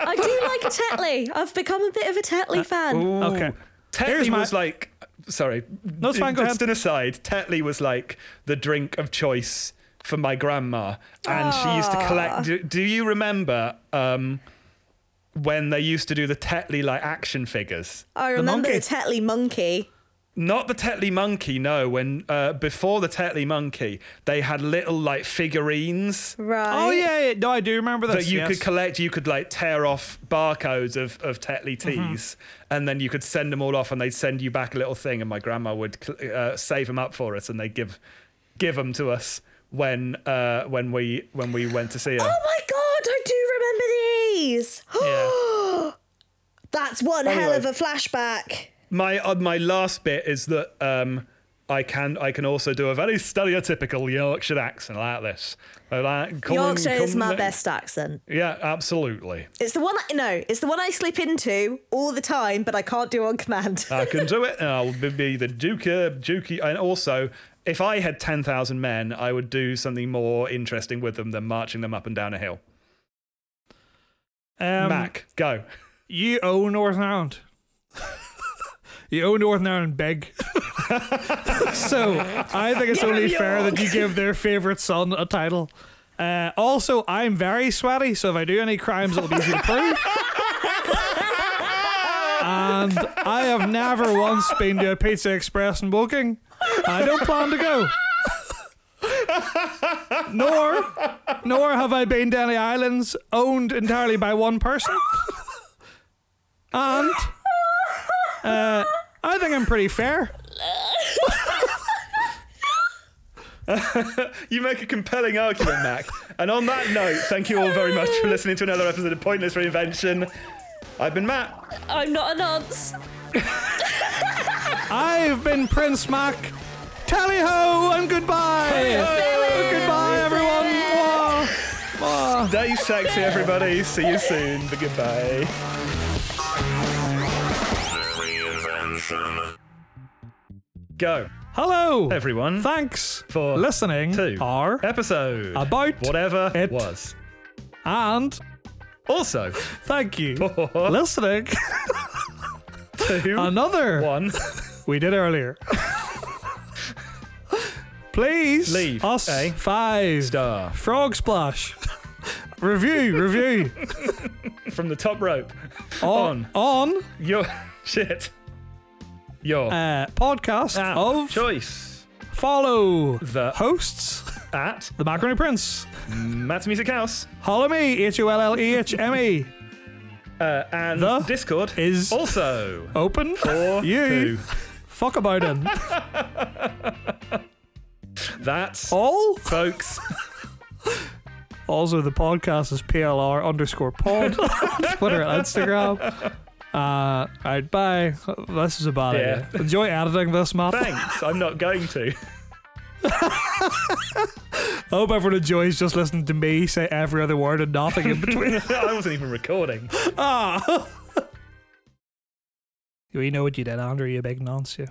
[SPEAKER 5] I do like Tetley. I've become a bit of a Tetley fan.
[SPEAKER 3] okay. Here's
[SPEAKER 1] Tetley
[SPEAKER 3] my-
[SPEAKER 1] was like, sorry, no,
[SPEAKER 3] it's fine, go
[SPEAKER 1] just an aside. Tetley was like the drink of choice for my grandma, and she used to collect. Do, do you remember um, when they used to do the Tetley like action figures?
[SPEAKER 5] I remember the,
[SPEAKER 3] monkey.
[SPEAKER 5] Tetley monkey.
[SPEAKER 1] Not the Tetley Monkey, no. When uh, before the Tetley Monkey, they had little like figurines
[SPEAKER 5] Right.
[SPEAKER 3] Oh yeah, yeah, no, I do remember this.
[SPEAKER 1] that you
[SPEAKER 3] yes.
[SPEAKER 1] could collect. You could like tear off barcodes of of Tetley teas,
[SPEAKER 5] Mm-hmm.
[SPEAKER 1] and then you could send them all off, and they'd send you back a little thing. And my grandma would cl- uh, save them up for us, and they give give them to us when uh, when we when we went to see her.
[SPEAKER 5] Oh my god, I do remember these. That's one hell
[SPEAKER 1] Anyway.
[SPEAKER 5] of a flashback.
[SPEAKER 1] my uh, my last bit is that um, I can I can also do a very stereotypical Yorkshire accent like this. I Like, come and-
[SPEAKER 5] Yorkshire is
[SPEAKER 1] come
[SPEAKER 5] my
[SPEAKER 1] and-
[SPEAKER 5] best accent.
[SPEAKER 1] Yeah, absolutely.
[SPEAKER 5] It's the one I no, it's the one I slip into all the time, but I can't do on command.
[SPEAKER 1] I can do it, and I'll be- be the Duke, uh, Duke. And also, if I had ten thousand men, I would do something more interesting with them than marching them up and down a hill.
[SPEAKER 3] Um,
[SPEAKER 1] Mac, go.
[SPEAKER 3] You owe Northern Ireland. you owe Northern Ireland big. so I think it's
[SPEAKER 5] Give
[SPEAKER 3] only
[SPEAKER 5] him
[SPEAKER 3] fair that you
[SPEAKER 5] York.
[SPEAKER 3] give their favourite son a title. Uh, also, I'm very sweaty, so if I do any crimes, it'll be easy to prove. and I have never once been to a Pizza Express in Woking. I don't plan to go. nor, nor have I been to any islands owned entirely by one person. and uh, I think I'm pretty fair.
[SPEAKER 1] You make a compelling argument, Mac. And on that note, thank you all very much for listening to another episode of Pointless Reinvention. I've been Matt.
[SPEAKER 2] I'm not a nonce.
[SPEAKER 3] I've been Prince Mac. Tally ho and goodbye. Goodbye, everyone. Mwah. Mwah.
[SPEAKER 1] Stay sexy, everybody. See you soon. But goodbye.
[SPEAKER 7] Reinvention.
[SPEAKER 1] Go,
[SPEAKER 3] Hello,
[SPEAKER 1] everyone.
[SPEAKER 3] Thanks
[SPEAKER 1] For
[SPEAKER 3] for listening
[SPEAKER 1] two.
[SPEAKER 3] to our
[SPEAKER 1] episode
[SPEAKER 3] About
[SPEAKER 1] whatever
[SPEAKER 3] it.
[SPEAKER 1] was.
[SPEAKER 3] and
[SPEAKER 1] Also,
[SPEAKER 3] thank you
[SPEAKER 1] four,
[SPEAKER 3] listening.
[SPEAKER 1] two,
[SPEAKER 3] Another
[SPEAKER 1] one.
[SPEAKER 3] we did earlier. Please
[SPEAKER 1] Leave
[SPEAKER 3] us
[SPEAKER 1] a
[SPEAKER 3] five
[SPEAKER 1] star.
[SPEAKER 3] frog splash. review, review
[SPEAKER 1] from the top rope
[SPEAKER 3] on on
[SPEAKER 1] your shit your
[SPEAKER 3] uh, podcast
[SPEAKER 1] app
[SPEAKER 3] of
[SPEAKER 1] choice
[SPEAKER 3] follow
[SPEAKER 1] Ah, The-
[SPEAKER 3] hosts
[SPEAKER 1] at
[SPEAKER 3] the Macaroni Prince.
[SPEAKER 1] Matt's Music House
[SPEAKER 3] Hollow me, H O L L E H M E.
[SPEAKER 1] uh, and
[SPEAKER 3] The
[SPEAKER 1] Discord
[SPEAKER 3] is-
[SPEAKER 1] also
[SPEAKER 3] Open
[SPEAKER 1] for
[SPEAKER 3] you.
[SPEAKER 1] you.
[SPEAKER 3] Fuck about him.
[SPEAKER 1] That's
[SPEAKER 3] All
[SPEAKER 1] folks.
[SPEAKER 3] Also, the podcast is PLR underscore pod on Twitter and Instagram. Uh, all right, bye. This is a bad idea. Enjoy editing this, Matt.
[SPEAKER 1] Thanks. I'm not going to.
[SPEAKER 3] I hope everyone enjoys just listening to me say every other word and nothing in between.
[SPEAKER 1] I wasn't even recording.
[SPEAKER 3] ah. we know what you did, Andrew, you big nonce, you.